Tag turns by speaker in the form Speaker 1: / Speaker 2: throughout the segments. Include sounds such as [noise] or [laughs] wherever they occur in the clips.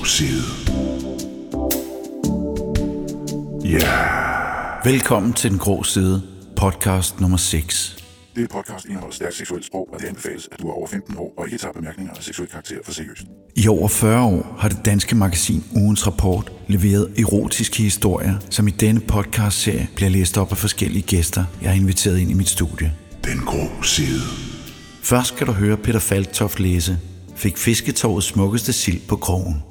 Speaker 1: Museet. Ja, yeah.
Speaker 2: Velkommen til Den Grå Side, podcast nummer 6.
Speaker 1: det podcast indeholder stærkt seksuelt sprog, og det anbefales, at du er over 15 år og ikke tager bemærkninger af seksuel karakter for seriøst.
Speaker 2: I over 40 år har det danske magasin Ugens Rapport leveret erotiske historier, som i denne podcastserie bliver læst op af forskellige gæster, jeg har inviteret ind i mit studie.
Speaker 1: Den grå side.
Speaker 2: Først skal du høre Peter Falktoft læse Fik fisketorvets smukkeste sild på krogen.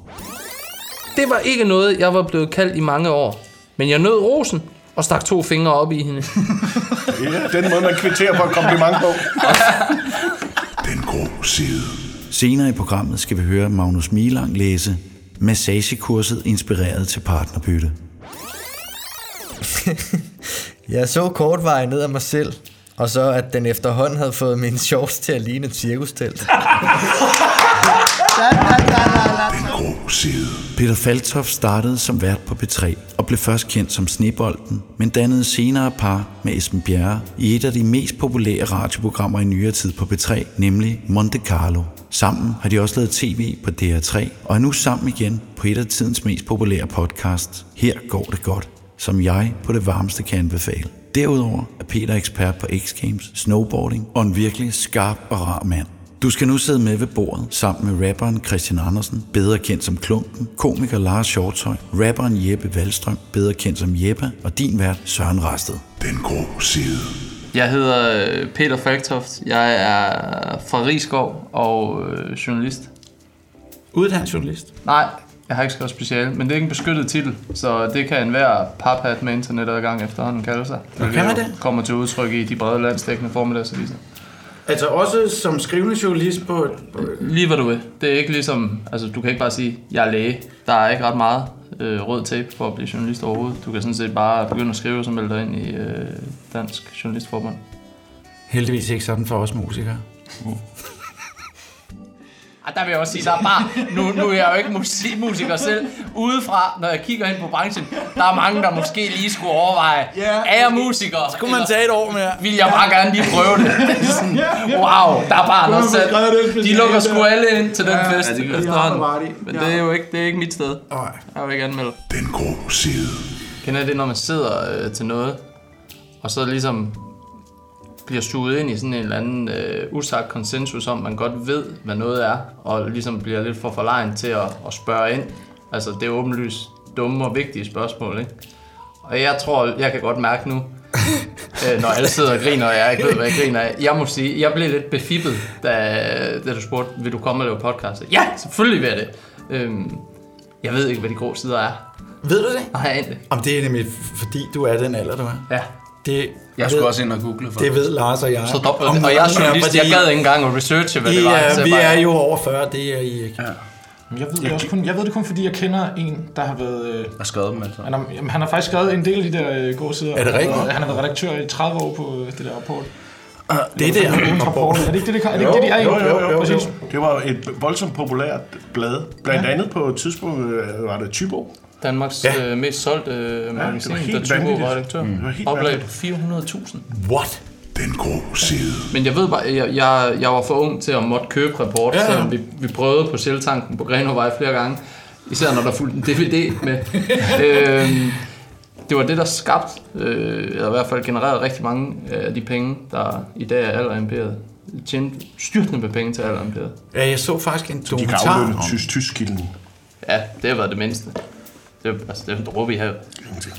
Speaker 3: Det var ikke noget, jeg var blevet kaldt i mange år. Men jeg nød rosen og stak to fingre op i hende. [laughs]
Speaker 4: Ja, den måde, man kvitterer på et kompliment på.
Speaker 1: Den grå side.
Speaker 2: Senere i programmet skal vi høre Magnus Milang læse Massagekurset inspireret til partnerbytte.
Speaker 5: Jeg så kort vej ned af mig selv, og så at den efterhånden havde fået mine shorts til at ligne et cirkustelt.
Speaker 1: Den grå side.
Speaker 2: Peter Faltoff startede som vært på P3 og blev først kendt som Snebolden, men dannede senere par med Esben Bjerre i et af de mest populære radioprogrammer i nyere tid på P3, nemlig Monte Carlo. Sammen har de også lavet tv på DR3 og er nu sammen igen på et af tidens mest populære podcast, Her går det godt, som jeg på det varmeste kan anbefale. Derudover er Peter ekspert på X Games, snowboarding og en virkelig skarp og rar mand. Du skal nu sidde med ved bordet sammen med rapperen Christian Andersen, bedre kendt som Klumpen, komiker Lars Shortøj, rapperen Jeppe Valstrøm, bedre kendt som Jeppe, og din vært Søren Rasted.
Speaker 1: Den grå side.
Speaker 6: Jeg hedder øh, Peter Falktoft. Jeg er fra Rigskov og øh, journalist.
Speaker 2: Uddannet journalist.
Speaker 6: Nej, jeg har ikke skrevet speciale, men det er ikke en beskyttet titel, så det kan enhver paphat med internetadgang efterhånden kalde sig. Det
Speaker 2: Kan man det?
Speaker 6: kommer til udtryk i de brede landsdækkende formiddagsaviser.
Speaker 4: Altså også som skrivende journalist på... et- på et-
Speaker 6: Lige hvad du vil. Det er ikke ligesom, altså du kan ikke bare sige, jeg er læge. Der er ikke ret meget øh, rød tape for at blive journalist overhovedet. Du kan sådan set bare begynde at skrive og så melde dig ind i øh, Dansk Journalistforbund.
Speaker 2: Heldigvis ikke sådan for os musikere.
Speaker 3: Og Ah, der vil jeg også sige, der er bare, nu, nu er jeg jo ikke musik, musiker selv, udefra, når jeg kigger ind på branchen, der er mange, der måske lige skulle overveje, yeah. er jeg musiker? Skulle man tage et år mere? Vil jeg bare gerne lige prøve det? det er sådan, wow, der er bare noget selv. De lukker sgu alle ind til den fest.
Speaker 6: det gør de.
Speaker 3: efterhånden.
Speaker 4: Det har du ret i.
Speaker 6: Men det er jo ikke, det er ikke mit sted.
Speaker 4: Nej.
Speaker 6: Jeg vil ikke anmelde.
Speaker 1: Den grå side.
Speaker 6: Kender I det, når man sidder øh, til noget, og så ligesom bliver suget ind i sådan en eller anden øh, usagt konsensus om, man godt ved, hvad noget er, og ligesom bliver lidt for forlegen til at, at spørge ind. Altså, det er åbenlyst dumme og vigtige spørgsmål, ikke? Og jeg tror, jeg kan godt mærke nu, øh, når alle sidder og griner, og jeg ikke ved, hvad jeg griner af. Jeg må sige, jeg blev lidt befippet, da, da du spurgte, vil du komme og lave podcast? Ja, selvfølgelig vil jeg det. Øhm, jeg ved ikke, hvad de grå sider er.
Speaker 7: Ved du det?
Speaker 6: Nej, jeg aner det.
Speaker 7: Om det er nemlig, f- fordi du er den alder, du er.
Speaker 6: Ja.
Speaker 7: Det,
Speaker 8: Jeg skulle også ind og google for
Speaker 7: det ved Lars og jeg.
Speaker 6: Så dobbelt. og jeg er journalist, jeg gad ikke engang at researche, hvad
Speaker 7: I,
Speaker 6: det var.
Speaker 7: er,
Speaker 6: Så jeg
Speaker 7: vi
Speaker 6: bare-
Speaker 7: er jo over 40, det er I ikke.
Speaker 4: Jeg ved, det også kun, jeg ved det kun, fordi jeg kender en, der har været... Øh,
Speaker 8: at skrevet dem altså.
Speaker 4: han, har, jamen, han har faktisk skrevet en del af de der øh, gode sider.
Speaker 7: Er det rigtigt?
Speaker 4: Og Han har været redaktør i 30 år på øh, det der rapport.
Speaker 7: Det der
Speaker 4: Ugens rapport. Er det ikke det, det, er det, ikke
Speaker 9: Jo,
Speaker 4: det de er i?
Speaker 9: jo, jo, jo, jo,
Speaker 4: Præcis.
Speaker 9: jo. Det var et voldsomt populært blad. Blandt ja. andet på et tidspunkt øh, var det Tybo.
Speaker 6: Danmarks
Speaker 7: Ja.
Speaker 6: øh, mest solgte øh, magasin,
Speaker 9: det var
Speaker 6: der
Speaker 9: helt
Speaker 6: Tybo
Speaker 9: vanvittigt.
Speaker 6: var redaktør.
Speaker 9: Mm. Det var helt
Speaker 6: Oplag
Speaker 9: vanvittigt.
Speaker 6: 400.000.
Speaker 7: What?
Speaker 1: Den grå side.
Speaker 6: Men jeg ved bare, jeg, jeg, jeg var for ung til at måtte købe rapport, ja. selvom vi, vi prøvede på selvtanken på Grenovej flere gange. Især når der fulgte en DVD
Speaker 9: [laughs]
Speaker 6: med. øhm, det var det, der skabte, øh, eller i hvert fald genererede rigtig mange af de penge, der i dag er alderimperet. Tjente styrtende med penge til alderimperet.
Speaker 7: Ja, jeg så faktisk en
Speaker 9: De kan
Speaker 7: dokumentar
Speaker 9: afløbe
Speaker 7: om,
Speaker 9: tysk tysk kilden.
Speaker 6: Ja, det har været det mindste. Det er, altså, det er en dråbe i havet.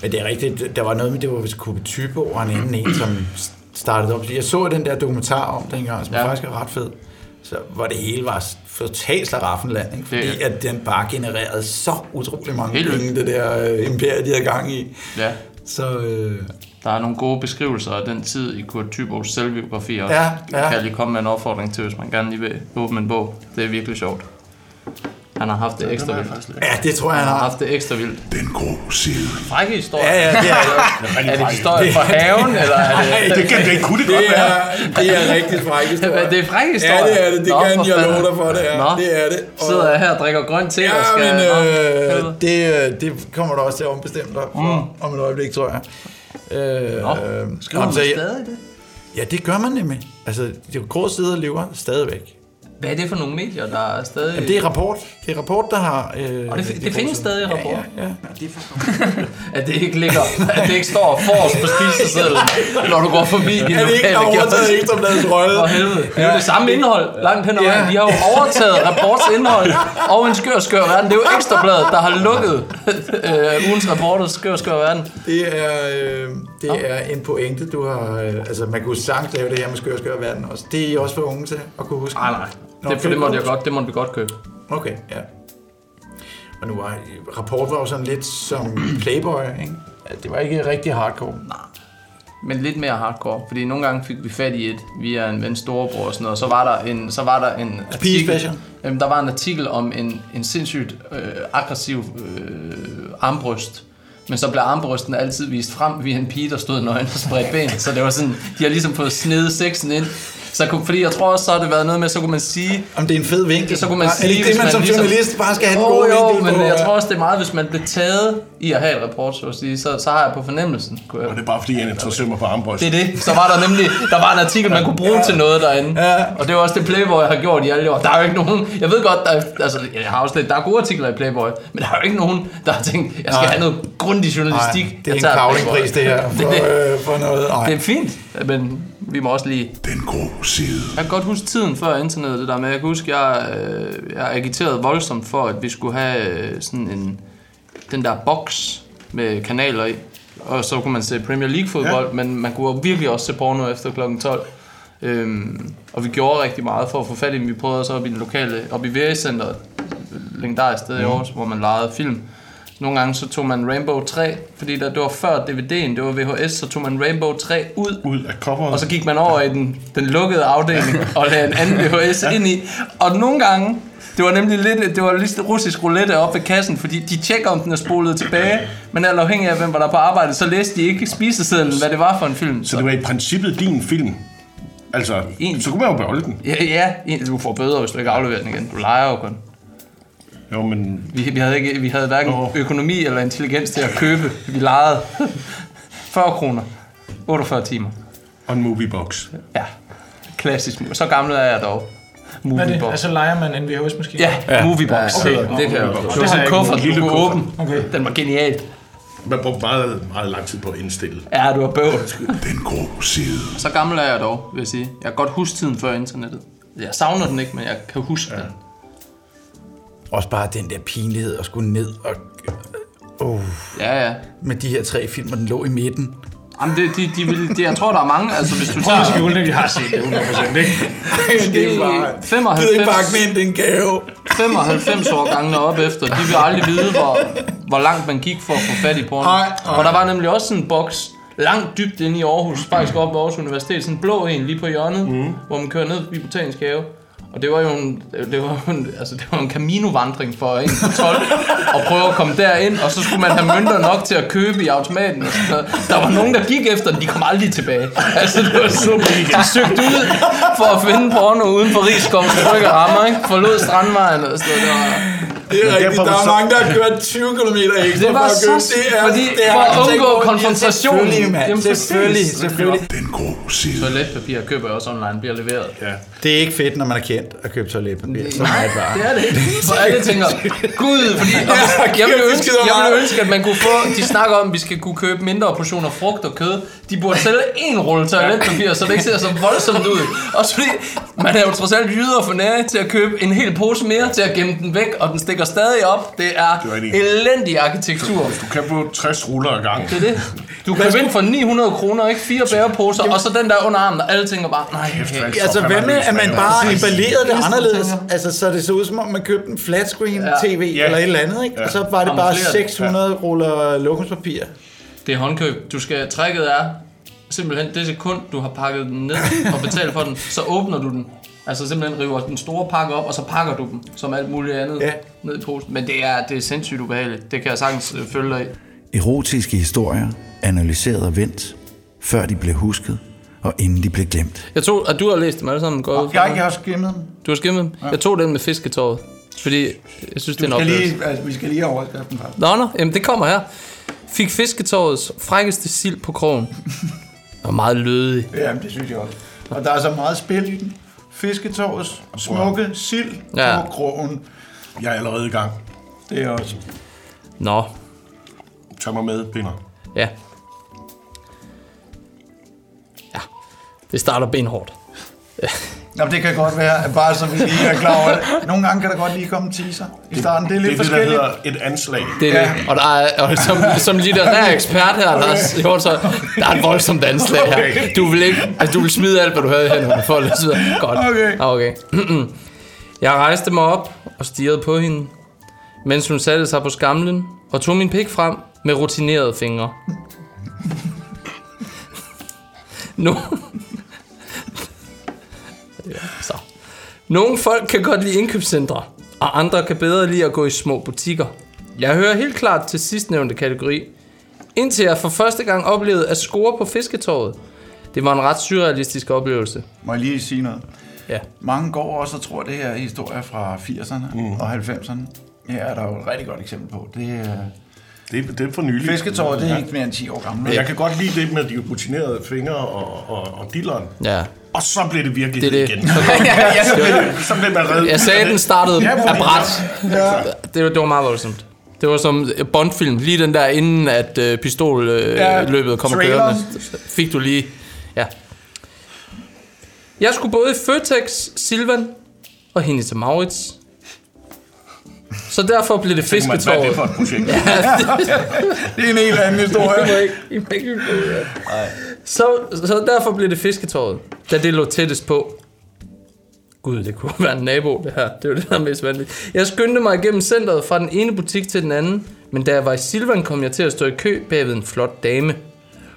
Speaker 7: Ja, det er rigtigt. Der var noget med, det var hvis Kube Type og en anden en, som startede op. Jeg så den der dokumentar om dengang, som ja.
Speaker 6: Ja.
Speaker 7: faktisk er ret fed. Så, hvor det hele var totalt slaraffenland, ikke? fordi
Speaker 6: Det-
Speaker 7: at den bare genererede så utrolig mange
Speaker 6: Helt
Speaker 7: penge, det der øh, imperium, de havde gang i.
Speaker 6: Ja.
Speaker 7: Så øh,
Speaker 6: Der er nogle gode beskrivelser af den tid i Kurt Tybos selvbiografi også.
Speaker 7: Ja, ja.
Speaker 6: Kan jeg lige komme med en opfordring til, hvis man gerne lige vil åbne en bog. Det er virkelig sjovt. Han har haft det ekstra vildt. Han
Speaker 7: ja, det tror jeg, han
Speaker 6: har
Speaker 7: har.
Speaker 6: haft det ekstra vildt.
Speaker 1: Den grå side.
Speaker 6: Frække historie.
Speaker 7: Ja, ja, det er,
Speaker 6: Er det historie fra haven, eller er det...
Speaker 9: Det, kan, det kunne det godt
Speaker 7: det
Speaker 9: være.
Speaker 7: er, det er rigtig fræk historie.
Speaker 6: Er [laughs] det frække
Speaker 7: Ja,
Speaker 6: historie?
Speaker 7: det er det. Det
Speaker 6: Nå,
Speaker 7: kan
Speaker 6: for
Speaker 7: jeg
Speaker 6: fanden.
Speaker 7: love dig for, det er.
Speaker 6: Nå.
Speaker 7: Det er det. Og-
Speaker 6: Sidder jeg her og drikker grøn te og skal...
Speaker 7: Ja, men
Speaker 6: Nå, helvede.
Speaker 7: øh, det, øh, det kommer du også til at ombestemme dig for mm. om et øjeblik, tror jeg. Øh,
Speaker 6: Nå, skriver
Speaker 7: om,
Speaker 6: man
Speaker 7: så jeg-
Speaker 6: stadig det?
Speaker 7: Ja, det gør man nemlig. Altså, de grå sider lever stadigvæk.
Speaker 6: Hvad er det for nogle medier, der er stadig...
Speaker 7: Jamen, det er rapport. Det er rapport, der har... Øh,
Speaker 6: og det, det, det findes stadig i rapport.
Speaker 7: Ja, ja, ja.
Speaker 6: At det ikke ligger, at det ikke står forrest på spisesedlen, når du går forbi din
Speaker 7: Er det ikke der har
Speaker 6: lokale
Speaker 7: overtaget
Speaker 6: kiosk.
Speaker 7: ekstrabladets rolle?
Speaker 6: For helvede. Det er jo det samme indhold langt hen ad vejen. De har jo overtaget rapports indhold og en skør skør verden. Det er jo Ekstrabladet, der har lukket øh, ugens rapporters skør skør verden.
Speaker 7: Det er, øh, det er en pointe, du har... Øh, altså, man kunne sagtens lave det her med skør skør verden også. Det er I også for unge til at kunne huske.
Speaker 6: Nej, nej.
Speaker 7: Nå,
Speaker 6: Det, for det måtte jeg godt, det måtte vi godt købe.
Speaker 7: Okay, ja. Og nu var rapport var jo sådan lidt som [clears throat] Playboy, ikke? Ja, Det var ikke rigtig hardcore.
Speaker 6: Men lidt mere hardcore, fordi nogle gange fik vi fat i et via en ven storebror og sådan noget, og så var der en, så var der en
Speaker 7: Special.
Speaker 6: Jamen, der var en artikel om en, en sindssygt øh, aggressiv øh, armbryst, men så blev armbrysten altid vist frem via en pige, der stod nøgen og spredte ben, så det var sådan, de har ligesom fået snedet sexen ind. Så kunne, fordi jeg tror også, så har det været noget med, så kunne man sige,
Speaker 7: Om det er en fed vinkel.
Speaker 6: Så kunne man
Speaker 7: er
Speaker 6: sige,
Speaker 7: det ikke det,
Speaker 6: hvis
Speaker 7: man
Speaker 6: man
Speaker 7: som
Speaker 6: ligesom-
Speaker 7: journalist bare skal have den
Speaker 6: Åh,
Speaker 7: gode
Speaker 6: jo,
Speaker 7: vinkel
Speaker 6: men
Speaker 7: på,
Speaker 6: jeg
Speaker 7: øh,
Speaker 6: tror også, det er meget, hvis man bliver taget i at have et report, så, at sige, så, så har jeg på fornemmelsen. Kunne jeg.
Speaker 9: Og det er bare fordi, han interesserer mig for armbøjs.
Speaker 6: Det er det. Så var der nemlig der var en artikel, man kunne bruge til noget derinde. Og det var også det Playboy har gjort i alle år. Der er jo ikke nogen... Jeg ved godt, der er, altså, jeg har også lidt, der er gode artikler i Playboy, men der er jo ikke nogen, der har tænkt, jeg skal
Speaker 7: Nej.
Speaker 6: have noget grundig journalistik.
Speaker 7: Nej, det
Speaker 6: Jeg
Speaker 7: er en
Speaker 6: tager
Speaker 7: kavlingpris, det her, for,
Speaker 6: [laughs] Det-
Speaker 7: øh, for noget. Ej.
Speaker 6: Det er fint, men vi må også lige...
Speaker 1: Den grå side.
Speaker 6: Jeg kan godt huske tiden før internettet, det der med. Jeg kan huske, jeg, øh, jeg agiterede voldsomt for, at vi skulle have øh, sådan en, den der boks med kanaler i. Og så kunne man se Premier League fodbold, ja. men man kunne virkelig også se porno efter kl. 12. Øhm, og vi gjorde rigtig meget for at få fat i dem. Vi prøvede så op i den lokale, op i VA-centeret, legendarisk sted i Aarhus, hvor man lejede film. Nogle gange så tog man Rainbow 3, fordi der, det var før DVD'en, det var VHS, så tog man Rainbow 3 ud
Speaker 9: Ud af kopperet.
Speaker 6: og så gik man over i den, den lukkede afdeling og lagde en anden VHS ind i. Og nogle gange, det var nemlig lidt, det var lidt russisk roulette op ved kassen, fordi de tjekker, om den er spolet tilbage, men alt afhængig af, hvem var der på arbejde, så læste de ikke spisesedlen, hvad det var for en film.
Speaker 9: Så det var i princippet din film. Altså,
Speaker 6: En.
Speaker 9: så kunne man jo beholde den.
Speaker 6: Ja, ja, en- du får bøder, hvis du ikke afleverer den igen. Du leger jo kun.
Speaker 9: Jo, men
Speaker 6: Vi, vi, havde, ikke, vi havde hverken
Speaker 9: Nå.
Speaker 6: økonomi eller intelligens til at købe. Vi legede 40 kroner, 48 timer.
Speaker 9: og en moviebox.
Speaker 6: Ja, klassisk. mu- Så gammel er jeg dog.
Speaker 4: Hvad er det?
Speaker 6: Moviebox.
Speaker 4: Altså leger man en VHS-maskine?
Speaker 6: Ja, ja. Moviebox. Ja, okay. Det kan jeg Det var sådan en
Speaker 4: ikke.
Speaker 6: kuffert, du
Speaker 9: Lille
Speaker 6: kunne
Speaker 9: kuffert.
Speaker 6: åbne. Okay. Den var genial.
Speaker 9: Man brugte meget, meget lang tid på at indstille.
Speaker 6: Ja, du var bøvl.
Speaker 1: Den grå side.
Speaker 6: Så gammel er jeg dog, vil jeg sige. Jeg kan godt huske tiden før internettet. Jeg savner den ikke, men jeg kan huske ja. den.
Speaker 7: Også bare den der pinlighed at skulle ned og... Oh,
Speaker 6: Ja, ja.
Speaker 7: med de her tre film, og den lå i midten.
Speaker 6: Jamen, det, de, de vil, det, jeg tror, der er mange. Altså, hvis du tager...
Speaker 4: Skjulene, vi har set det 100%, ikke?
Speaker 7: det er bare... Gider ikke bare
Speaker 6: 95,
Speaker 7: med ind, det er en gave.
Speaker 6: 95 år gangene op efter, de vil aldrig vide, hvor, hvor langt man gik for at få fat i porno.
Speaker 7: Ej, ej.
Speaker 6: Og der var nemlig også sådan en boks langt dybt inde i Aarhus, faktisk op ved Aarhus Universitet, sådan en blå en lige på hjørnet, mm.
Speaker 7: Mhm.
Speaker 6: hvor man kører ned forbi Botanisk Have. Og det var jo en, det var jo en, altså det var en Camino-vandring for en på 12 at prøve at komme derind, og så skulle man have mønter nok til at købe i automaten. Og sådan noget. Der var nogen, der gik efter den, de kom aldrig tilbage. Altså, det var sådan, de søgte ud for at finde porno uden for Rigskoms trygge rammer, ikke? Forlod Strandvejen og sådan noget. Det
Speaker 7: Det
Speaker 6: var,
Speaker 7: er rigtigt.
Speaker 9: derfor
Speaker 7: Der
Speaker 9: var
Speaker 7: er
Speaker 9: så-
Speaker 7: mange, der har kørt 20 km ekstra
Speaker 6: Det var
Speaker 7: for at købe.
Speaker 6: så fordi for at undgå konfrontationen.
Speaker 7: Selvfølgelig, mand.
Speaker 6: Jamen, præcis.
Speaker 7: selvfølgelig, selvfølgelig.
Speaker 1: Den grå side.
Speaker 6: Toiletpapir køber jeg også online, bliver leveret. Ja.
Speaker 7: Det er ikke fedt, når man er kendt at købe toiletpapir. Så meget bare.
Speaker 6: Det er det ikke. For alle tænker, gud, fordi og hvis- jeg ville,
Speaker 7: vi
Speaker 6: ønske,
Speaker 7: skyder
Speaker 6: jeg ville
Speaker 7: meget.
Speaker 6: ønske, at man kunne få, de snakker om, at vi skal kunne købe mindre portioner frugt og kød. De burde sælge en rulle toiletpapir, så det ikke ser så voldsomt ud. Også fordi, man er jo trods alt jyder for nære til at købe en hel pose mere, til at gemme den væk, og den stikker stadig op. Det er
Speaker 9: Det var det.
Speaker 6: elendig arkitektur.
Speaker 9: Du kan få 60 ruller ad gang.
Speaker 6: Det er det. Du kan vinde for 900 kroner, ikke? Fire bæreposer, og så den der under armen, og alle tænker bare, nej,
Speaker 9: Kæft,
Speaker 6: okay.
Speaker 9: mand.
Speaker 7: Altså,
Speaker 9: Så
Speaker 7: hvad
Speaker 9: kan
Speaker 7: med,
Speaker 9: lige
Speaker 7: at man
Speaker 9: smage
Speaker 7: bare
Speaker 9: det.
Speaker 7: emballerede det anderledes? Altså, så det så ud, som om man købte en flatscreen-tv
Speaker 9: Ja.
Speaker 7: eller et eller andet, ikke? Og så var det bare
Speaker 6: Kamufleret.
Speaker 7: 600 ruller lokumspapir.
Speaker 6: Det er håndkøb. Du skal, trækket er simpelthen det sekund, du har pakket den ned og betalt for den, så åbner du den. Altså simpelthen river den store pakke op, og så pakker du dem, som alt muligt andet,
Speaker 7: Ja.
Speaker 6: ned i posen. Men det er, det er sindssygt ubehageligt. Det kan jeg sagtens øh, følge dig i.
Speaker 2: Erotiske historier, analyseret og vendt, før de blev husket og inden de blev glemt.
Speaker 6: Jeg tog, at du har læst dem alle sammen. Går
Speaker 7: Jeg har ikke også gemmet dem.
Speaker 6: Du har skimmet dem. Jeg tog den med fisketåret, fordi jeg synes, det er en
Speaker 8: skal
Speaker 6: oplevelse.
Speaker 8: lige, altså, vi skal lige have overskriften først.
Speaker 6: Nå, nå, jamen det kommer her. Fik fisketårets frækkeste sild
Speaker 7: [laughs]
Speaker 6: på krogen. Og meget lødig.
Speaker 8: Jamen, det synes jeg også. Og der er så meget spil i den.
Speaker 9: Fisketårs, Smukke, Sild
Speaker 6: Ja.
Speaker 9: og Krogen. Jeg er allerede i gang. Det er også...
Speaker 6: Nå,
Speaker 9: Tag mig med, Pinder.
Speaker 6: ja. Ja, det starter benhårdt.
Speaker 7: Nå, men det kan godt være, at bare så vi lige er klar over det. Nogle gange kan der godt lige komme en teaser i starten. Det er lidt
Speaker 9: Det er det, der
Speaker 7: forskelligt.
Speaker 9: hedder et anslag.
Speaker 6: Det er det. Og, der er, og som, som litterær ekspert her, Lars Hjortøj, der er et voldsomt anslag her. Du vil, ikke, altså, du vil smide alt, hvad du havde i hænderne for at lade sig videre. Godt. Okay. okay. [clears throat] Jeg rejste mig op og stirrede på hende, mens hun satte sig på skamlen og tog min pik frem med rutinerede fingre. Nu... [laughs] Så. Nogle folk kan godt lide indkøbscentre, og andre kan bedre lide at gå i små butikker. Jeg hører helt klart til sidstnævnte kategori, indtil jeg for første gang oplevede at score på fisketorvet. Det var en ret surrealistisk oplevelse.
Speaker 8: Må jeg lige sige noget?
Speaker 6: Ja.
Speaker 8: Mange går også og tror, at det her er historier fra 80'erne mm. og 90'erne. Her er der jo et rigtig godt eksempel på. Det er
Speaker 9: Det, er- det er for nylig.
Speaker 8: fisketåret, det er ikke mere end 10 år gammelt.
Speaker 9: Jeg kan godt lide det med de rutinerede fingre og, og, og dilleren.
Speaker 6: Ja.
Speaker 9: Og så blev det virkelig
Speaker 6: Det
Speaker 9: det,
Speaker 6: er det. [laughs]
Speaker 9: igen. så, blev det, så blev man reddet.
Speaker 6: Jeg sagde, at den startede
Speaker 9: Ja, hvor-
Speaker 6: af bræt. Det, var, det var meget voldsomt. Det var som Bond-film, lige den der, inden at øh, pistolløbet øh, kom
Speaker 9: traileren.
Speaker 6: kørende. Fik du lige... Ja. Jeg skulle både i Føtex, Silvan og hende til Maurits. Så derfor blev det
Speaker 9: Tænker man, Hvad er det
Speaker 6: fisketåret.
Speaker 9: for et projekt?
Speaker 8: Det er en helt anden historie.
Speaker 6: Det må ikke- I må ikke udlevere. Så, så derfor blev det fisketåret, da det lå tættest på. Gud, det kunne [laughs] være en nabo, det her. Det var det, der er mest vanligt. Jeg skyndte mig igennem centret fra den ene butik til den anden, men da jeg var i Silvan, kom jeg til at stå i kø bagved en flot dame.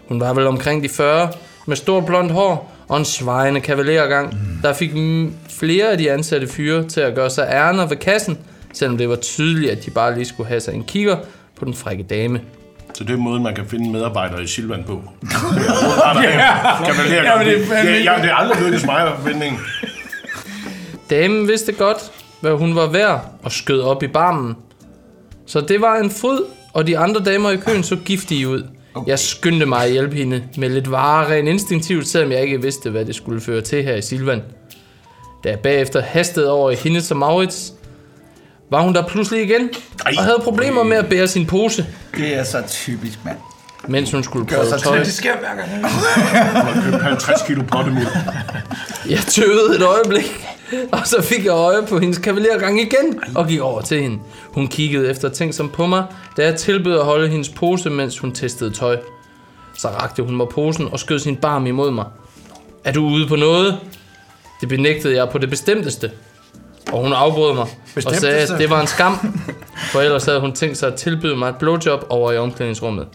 Speaker 6: Hun var vel omkring de 40, med stor blond hår og en svejende kavalergang, der fik mm, flere af de ansatte fyre til at gøre sig ærner ved kassen, selvom det var tydeligt, at de bare lige skulle have sig en kigger på den frække dame.
Speaker 9: Så det er måden, man kan finde medarbejdere i Silvan
Speaker 8: [laughs]
Speaker 9: på. yeah. kan man lære, ja,
Speaker 8: men det er
Speaker 9: det,
Speaker 8: fandme-
Speaker 9: ja, det er aldrig lykkedes mig at finde en.
Speaker 6: Damen vidste godt, hvad hun var værd, og skød op i barmen. Så det var en fryd, og de andre damer i køen så giftige ud. Okay. Jeg skyndte mig at hjælpe hende med lidt varer rent instinktivt, selvom jeg ikke vidste, hvad det skulle føre til her i Silvan. Da jeg bagefter hastede over i hende som Maurits, var hun der pludselig igen,
Speaker 9: Ej.
Speaker 6: og havde problemer med at bære sin pose,
Speaker 8: Det er så typisk, mand.
Speaker 6: mens hun skulle prøve tøj.
Speaker 8: Det sker hver gang.
Speaker 9: Jeg har købt 50 kilo pottemul.
Speaker 6: Jeg tøvede et øjeblik, og så fik jeg øje på hendes kavalergang igen og gik over til hende. Hun kiggede efter ting som på mig, da jeg tilbød at holde hendes pose, mens hun testede tøj. Så rakte hun mig posen og skød sin barm imod mig. Er du ude på noget? Det benægtede jeg på det bestemteste. Og hun afbrød mig og sagde, at det var en skam, for ellers havde hun tænkt sig at tilbyde mig et blowjob over i omklædningsrummet.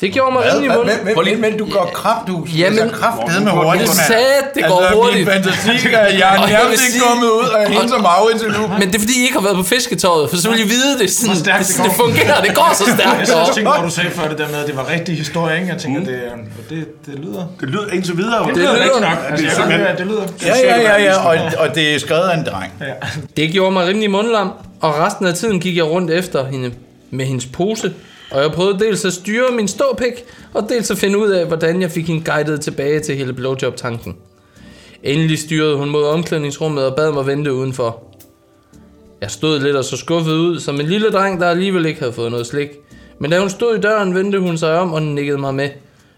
Speaker 6: Det gjorde mig rimelig mund.
Speaker 7: Hvor lidt, men du går kraft, du
Speaker 6: Jamen,
Speaker 7: Jamen, kraftede med
Speaker 6: Det
Speaker 7: hurtigt, mand.
Speaker 6: sagde, det
Speaker 2: Altså,
Speaker 8: Altså,
Speaker 6: går hurtigt.
Speaker 7: Min
Speaker 8: [laughs]
Speaker 7: fantasi, er- jeg er
Speaker 6: Og jeg vil
Speaker 7: nærmest ikke
Speaker 6: sige-
Speaker 7: kommet ud af hende som arve indtil nu.
Speaker 6: Men det er fordi, I ikke har været på fisketøjet, for så vil I vide, det, er sådan,
Speaker 4: stærkt
Speaker 6: det,
Speaker 4: det
Speaker 6: det,
Speaker 4: går.
Speaker 6: det fungerer, det går så stærkt.
Speaker 4: Jeg
Speaker 6: derovre.
Speaker 4: tænkte, hvor du sagde før det der med, at det var rigtig historie, ikke? Jeg tænker,
Speaker 8: Mm.
Speaker 4: det, er- det, det lyder...
Speaker 9: Det lyder indtil videre. Det,
Speaker 6: lyder
Speaker 4: rigtig nok.
Speaker 6: nok.
Speaker 4: Altså, jeg kan høre, at det lyder...
Speaker 8: Ja, ja, ja, ja. Og, og det er skrevet af en dreng.
Speaker 6: Det gjorde mig rimelig mundlam, og resten af tiden gik jeg rundt efter hende med hendes pose, og jeg prøvede dels at styre min ståpik, og dels at finde ud af, hvordan jeg fik hende guidet tilbage til hele blowjob-tanken. Endelig styrede hun mod omklædningsrummet og bad mig vente udenfor. Jeg stod lidt og så skuffet ud, som en lille dreng, der alligevel ikke havde fået noget slik. Men da hun stod i døren, vendte hun sig om og nikkede mig med.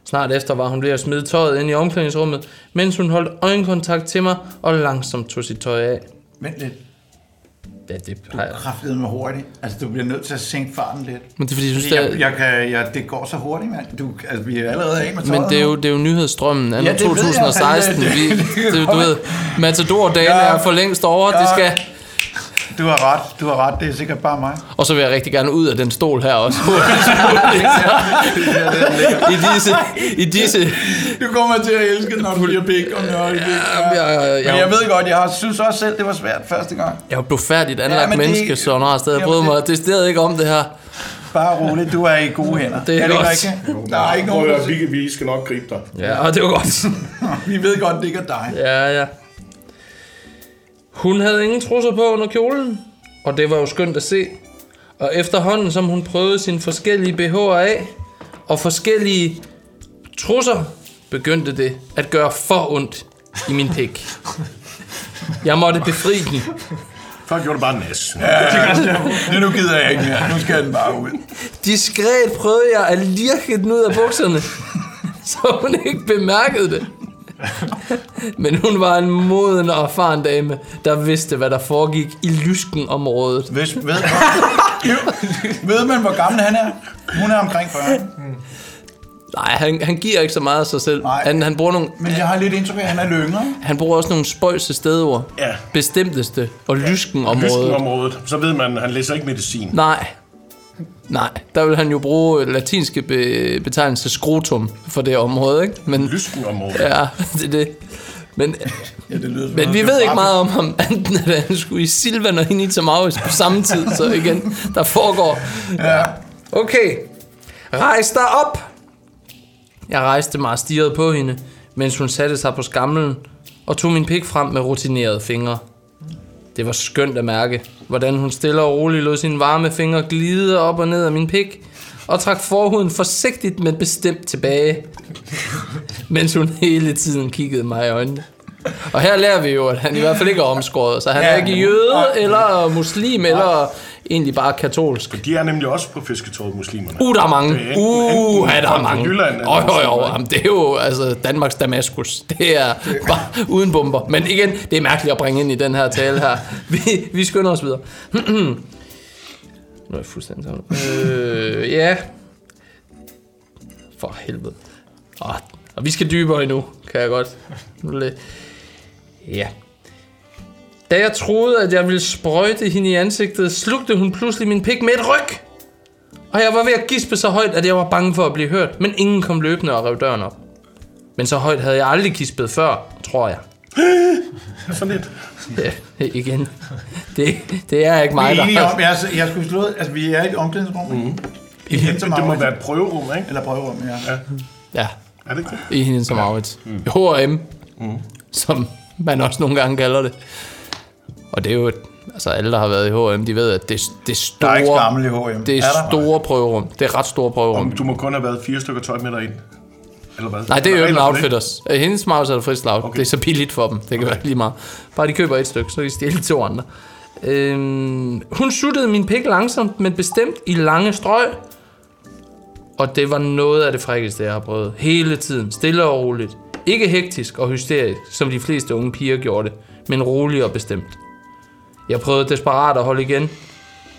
Speaker 6: Snart efter var hun ved at smide tøjet ind i omklædningsrummet, mens hun holdt øjenkontakt til mig og langsomt tog sit tøj af.
Speaker 8: Vent lidt.
Speaker 6: Ja, det har jeg.
Speaker 8: Kraftede med hurtigt. Altså, du bliver nødt til at sænke farten lidt.
Speaker 6: Men det er fordi, jeg synes, det er,
Speaker 8: Jeg, jeg kan, jeg, det går så hurtigt, mand. Du, altså, vi er allerede af med tøjet
Speaker 6: men det er,
Speaker 8: nu.
Speaker 6: jo, det er jo nyhedsstrømmen af
Speaker 8: Ja,
Speaker 6: ja,
Speaker 8: det ved jeg, [laughs]
Speaker 6: 2016.
Speaker 8: fandme.
Speaker 6: Vi,
Speaker 8: Det-
Speaker 6: det, du ved, Matador-dagen
Speaker 8: Ja.
Speaker 6: er for længst over. Det
Speaker 8: Ja.
Speaker 6: skal,
Speaker 8: Du har ret. Du har ret. Det er sikkert bare mig.
Speaker 6: og så vil jeg rigtig gerne ud af den stol her også. [laughs] I disse... I disse
Speaker 8: Du kommer til at elske, den, når du bliver pik og nørdig.
Speaker 6: jeg, jeg,
Speaker 8: Men jeg
Speaker 6: jeg,
Speaker 8: ved godt, jeg har synes også selv, det var svært første gang.
Speaker 6: jeg er blevet færdigt anlagt ja,
Speaker 8: men det-
Speaker 6: menneske, så når jeg stadig
Speaker 8: Jamen,
Speaker 6: bryder
Speaker 8: det-
Speaker 6: mig decideret ikke om det her.
Speaker 8: Bare rolig, du er i gode hænder.
Speaker 6: Det er
Speaker 8: er det
Speaker 6: godt.
Speaker 8: ikke rigtigt? Der er ikke
Speaker 9: Prøv
Speaker 8: nogen,
Speaker 9: at
Speaker 8: der
Speaker 9: høre, vi, vi skal nok gribe dig.
Speaker 6: Ja, og det var godt.
Speaker 8: Vi ved godt, det ikke er dig.
Speaker 6: Ja, ja. Hun havde ingen trusser på under kjolen, og det var jo skønt at se. Og efterhånden, som hun prøvede sine forskellige BH'er af, og forskellige trusser, begyndte det at gøre for ondt i min pik. Jeg måtte befri den.
Speaker 9: Folk gjorde det bare næs.
Speaker 8: Det nu gider jeg ikke mere. Nu skal den bare ud.
Speaker 6: Diskret prøvede jeg at lirke den ud af bukserne, så hun ikke bemærkede det. Men hun var en moden og erfaren dame, der vidste, hvad der foregik i lysken området.
Speaker 8: Hvis, ved, [laughs] ved man, hvor gammel han er? Hun er omkring 40.
Speaker 6: Nej, han, han giver ikke så meget af sig selv.
Speaker 8: Nej.
Speaker 6: Han, han, bruger nogle,
Speaker 8: Men jeg har lidt indtryk af, at han er lyngere.
Speaker 6: han bruger også nogle spøjse stedord.
Speaker 9: Ja.
Speaker 6: Bestemteste og lysken området.
Speaker 9: Lyskenområdet. Så ved man, han læser ikke medicin.
Speaker 6: Nej. Nej, der vil han jo bruge latinske be- betegnelse skrotum for det område, ikke? Men, [laughs]
Speaker 9: Lyskenområdet.
Speaker 6: Ja, det er det. Men,
Speaker 8: Ja, det lyder som
Speaker 6: men
Speaker 8: om,
Speaker 6: vi
Speaker 8: det
Speaker 6: ved
Speaker 8: er
Speaker 6: ikke
Speaker 8: bare-
Speaker 6: meget om ham, anden at han skulle i Silvan og hende i Tamauis på samme tid, så igen, der foregår. Ja. Okay, rejs dig op! Jeg rejste mig og stirrede på hende, mens hun satte sig på skamlen og tog min pik frem med rutinerede fingre. Det var skønt at mærke, hvordan hun stille og roligt lod sine varme fingre glide op og ned af min pik, og trak forhuden forsigtigt, men bestemt tilbage, mens hun hele tiden kiggede mig i øjnene. Og her lærer vi jo, at han i hvert fald ikke er omskåret, så han er ikke jøde, eller muslim, eller egentlig bare katolsk.
Speaker 9: De er nemlig også på fisketåret, muslimerne.
Speaker 6: Uh, der er mange.
Speaker 9: Det er enten-
Speaker 6: Uh,
Speaker 9: enten
Speaker 6: ja, der
Speaker 9: folk
Speaker 6: er
Speaker 9: fra
Speaker 6: mange.
Speaker 9: Jylland eller
Speaker 6: Åh, jo, jo,
Speaker 9: sådan
Speaker 6: Jamen, det er jo altså, Danmarks Damaskus. Det er bare uden bomber. Men igen, det er mærkeligt at bringe ind i den her tale her. [laughs] Vi, vi skynder os videre. [clears throat] nu er jeg fuldstændig sammen. Øh, ja. For helvede. Åh, og vi skal dybere endnu, kan jeg godt. Nu er det- Ja. Da jeg troede, at jeg ville sprøjte hende i ansigtet, slugte hun pludselig min pik med et ryg. Og jeg var ved at gispe så højt, at jeg var bange for at blive hørt, men ingen kom løbende og rev døren op. Men så højt havde jeg aldrig gispet før, tror jeg.
Speaker 9: Sådan lidt.
Speaker 6: Ja, [laughs] igen. Det, det er ikke
Speaker 8: Vi
Speaker 6: mig,
Speaker 8: er
Speaker 6: der...
Speaker 8: enige om, jeg, jeg skulle slå, altså vi er i et omklædningsrum. Mm. I
Speaker 9: Det, det må være et prøverum, ikke?
Speaker 8: Eller prøverum, ja. ja.
Speaker 6: Ja,
Speaker 9: Er det ikke det?
Speaker 6: i hende som Aarhus.
Speaker 8: Mm.
Speaker 6: H&M, som man også nogle gange kalder det. Og det er jo... Et, altså alle, der har været i H&M, de ved, at det, det
Speaker 8: Der er ikke skammel
Speaker 6: store...
Speaker 8: i H&M.
Speaker 6: Det
Speaker 8: er der?
Speaker 6: er store prøverum. Det er ret store prøverum.
Speaker 9: Du må kun have været fire stykker tøj med dig ind. Eller hvad?
Speaker 6: Nej, det er
Speaker 9: Der
Speaker 6: jo ikke
Speaker 9: regler for
Speaker 6: Outfitters. Øh, Hendes mouse er frit slag. Okay. Det er så billigt for dem. Det kan okay. være lige meget. Bare de køber et stykke, så kan de stjæle to andre. Øhm, hun suttede min pik langsomt, men bestemt i lange strøg. Og det var noget af det frækkeste, jeg har prøvet. Hele tiden, stille og roligt. Ikke hektisk og hysterisk, som de fleste unge piger gjorde det, men roligt og bestemt. Jeg prøvede desperat at holde igen,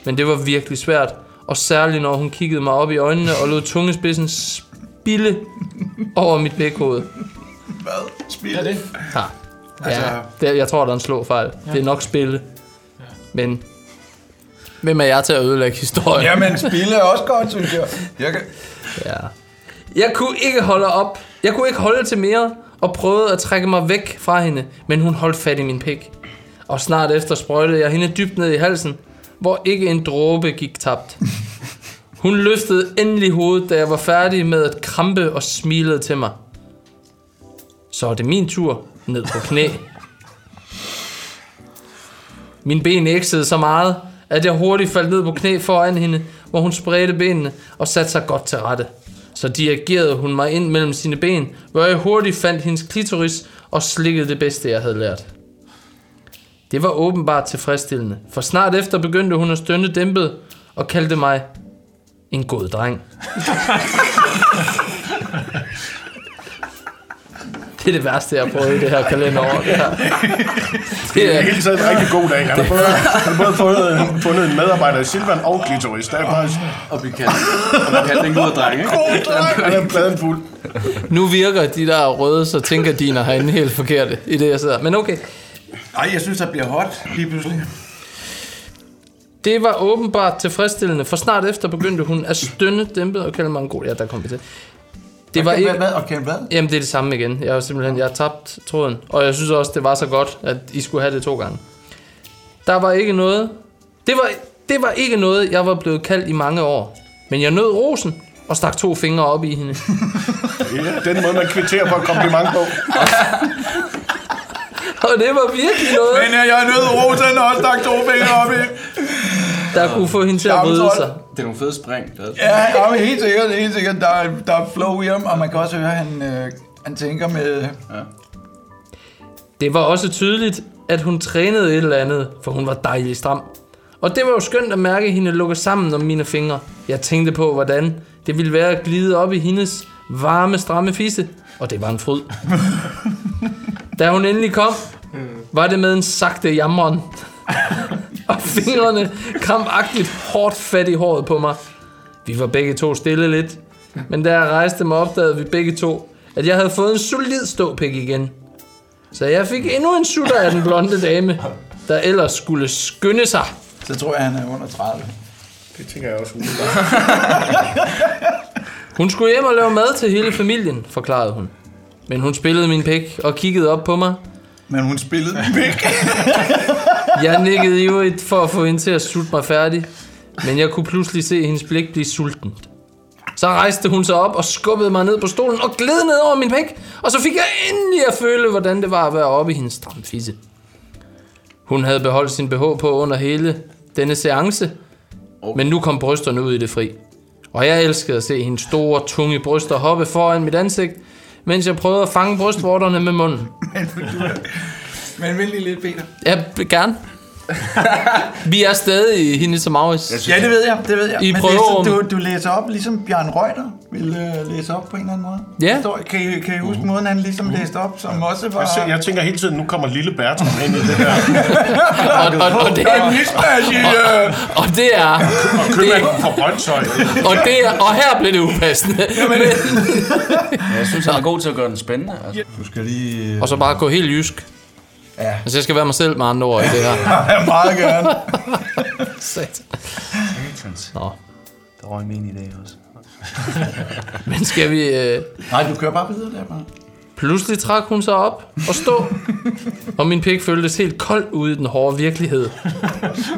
Speaker 6: men det var virkelig svært. Og særligt når hun kiggede mig op i øjnene og lod tungespidsen spille over mit bækhoved.
Speaker 4: Ja, det.
Speaker 6: Ja. Altså, ja, det, jeg tror, der er en slåfejl. Ja. Det er nok spille. Men hvem er jeg til at ødelægge historien?
Speaker 8: Jamen, spille er også godt, synes jeg. jeg kan...
Speaker 6: Ja. Jeg kunne ikke holde op. Jeg kunne ikke holde til mere, og prøvede at trække mig væk fra hende, men hun holdt fat i min pik. Og snart efter sprøjtede jeg hende dybt ned i halsen, hvor ikke en dråbe gik tabt. Hun løftede endelig hovedet, da jeg var færdig med at krampe og smilede til mig. Så er det min tur ned på knæ. Min ben eksede så meget, at jeg hurtigt faldt ned på knæ foran hende, hvor hun spredte benene og satte sig godt til rette. Så dirigerede hun mig ind mellem sine ben, hvor jeg hurtigt fandt hendes klitoris og slikkede det bedste, jeg havde lært. Det var åbenbart tilfredsstillende, for snart efter begyndte hun at stønne dæmpet og kaldte mig en god dreng. [laughs] det er det værste, jeg har prøvet i det her kalenderår. Det, her. det
Speaker 9: Det
Speaker 6: er
Speaker 9: er helt taget en rigtig god dag. Han har både, han har både fundet, fundet en medarbejder i Silvan og Glitoris. Der er faktisk
Speaker 8: Og vi kan, og vi kan den gode dreng, ikke?
Speaker 9: han er pladen fuld.
Speaker 6: Nu virker de der røde, så tænker dine herinde helt forkerte i det, jeg sidder. Men okay.
Speaker 8: Ej, jeg synes, der bliver hot lige pludselig.
Speaker 6: Det var åbenbart tilfredsstillende, for snart efter begyndte hun at stønne dæmpet og kalde mig en god... Ja, der kom vi til. Det var ikke...
Speaker 8: Hvad, og kan hvad?
Speaker 6: Jamen, det er det samme igen. Jeg har simpelthen jeg har tabt tråden. Og jeg synes også, det var så godt, at I skulle have det to gange. Der var ikke noget... Det var, det var ikke noget, jeg var blevet kaldt i mange år. Men jeg nød rosen og stak to fingre op i hende. [laughs]
Speaker 9: Ja, den måde, man kvitterer på et kompliment på.
Speaker 6: Og det var virkelig noget,
Speaker 8: Men øh, jeg er nødt til rosen og også stak to fingre op i.
Speaker 6: der kunne få hende til at rydde sig.
Speaker 5: Det er nogle fede spring. Der.
Speaker 8: Ja, ja, men helt sikkert, helt sikkert. Der er, der er flow i ham, og man kan også høre, at han, øh, han tænker med...
Speaker 6: Det var også tydeligt, at hun trænede et eller andet, for hun var dejlig stram. Og det var jo skønt at mærke hende lukke sammen om mine fingre. Jeg tænkte på, hvordan det ville være at glide op i hendes varme, stramme fisse. Og det var en fryd. da hun endelig kom, var det med en sagte jamren. og fingrene krampagtigt hårdt fat i håret på mig. Vi var begge to stille lidt, men da jeg rejste mig opdagede vi begge to, at jeg havde fået en solid ståpik igen. Så jeg fik endnu en sutter af den blonde dame, der ellers skulle skynde sig.
Speaker 8: Så tror jeg, han er under 30.
Speaker 9: Det tænker jeg også.
Speaker 6: [laughs] Hun skulle hjem og lave mad til hele familien, forklarede hun. Men hun spillede min pik og kiggede op på mig.
Speaker 8: Men hun spillede den væk.
Speaker 6: [laughs] Jeg nikkede ivrigt for at få hende til at sutte mig færdig, men jeg kunne pludselig se hendes blik blive sultent. Så rejste hun sig op og skubbede mig ned på stolen og gled ned over min pæk, og så fik jeg endelig at føle, hvordan det var at være oppe i hendes stramme fisse. Hun havde beholdt sin BH på under hele denne seance, men nu kom brysterne ud i det fri. Og jeg elskede at se hendes store, tunge bryster hoppe foran mit ansigt, mens jeg prøvede at fange brystvorterne med
Speaker 8: [laughs]
Speaker 6: munden.
Speaker 8: Men vent lige lidt, Peter.
Speaker 6: Jeg vil gerne. Vi er stadig i Hennes og Maurits.
Speaker 8: Ja, det ved jeg, det ved jeg.
Speaker 6: I
Speaker 8: Men
Speaker 6: prøverum.
Speaker 8: læser, du, du læser op, ligesom Bjørn Reuter ville øh, læse op på en eller anden måde.
Speaker 6: Ja.
Speaker 8: Står, kan, I, kan I huske måden, han ligesom læste op, som også var...
Speaker 9: Jeg, ser, jeg tænker hele tiden, nu kommer lille Bertram ind i det her.
Speaker 6: Og, og, og, det, er,
Speaker 8: mismatch i... Øh,
Speaker 6: og det er...
Speaker 9: Og købmanden fra Brøndshøj.
Speaker 6: Og, det er, og her blev det upassende.
Speaker 10: Jeg synes, han er god til at gøre den spændende. Altså.
Speaker 8: du skal lige...
Speaker 6: Og så bare gå helt jysk. Ja. Altså, jeg skal være mig selv med andre ord i det her.
Speaker 8: [laughs] Ja, meget [laughs] gerne.
Speaker 6: Sat.
Speaker 10: Nå. Der røg min idé også.
Speaker 6: Men skal vi... Øh...
Speaker 8: Nej, du kører bare videre der, bare.
Speaker 6: Pludselig trak hun sig op og stå. Og min pik føltes helt kold ude i den hårde
Speaker 8: [laughs]
Speaker 6: virkelighed.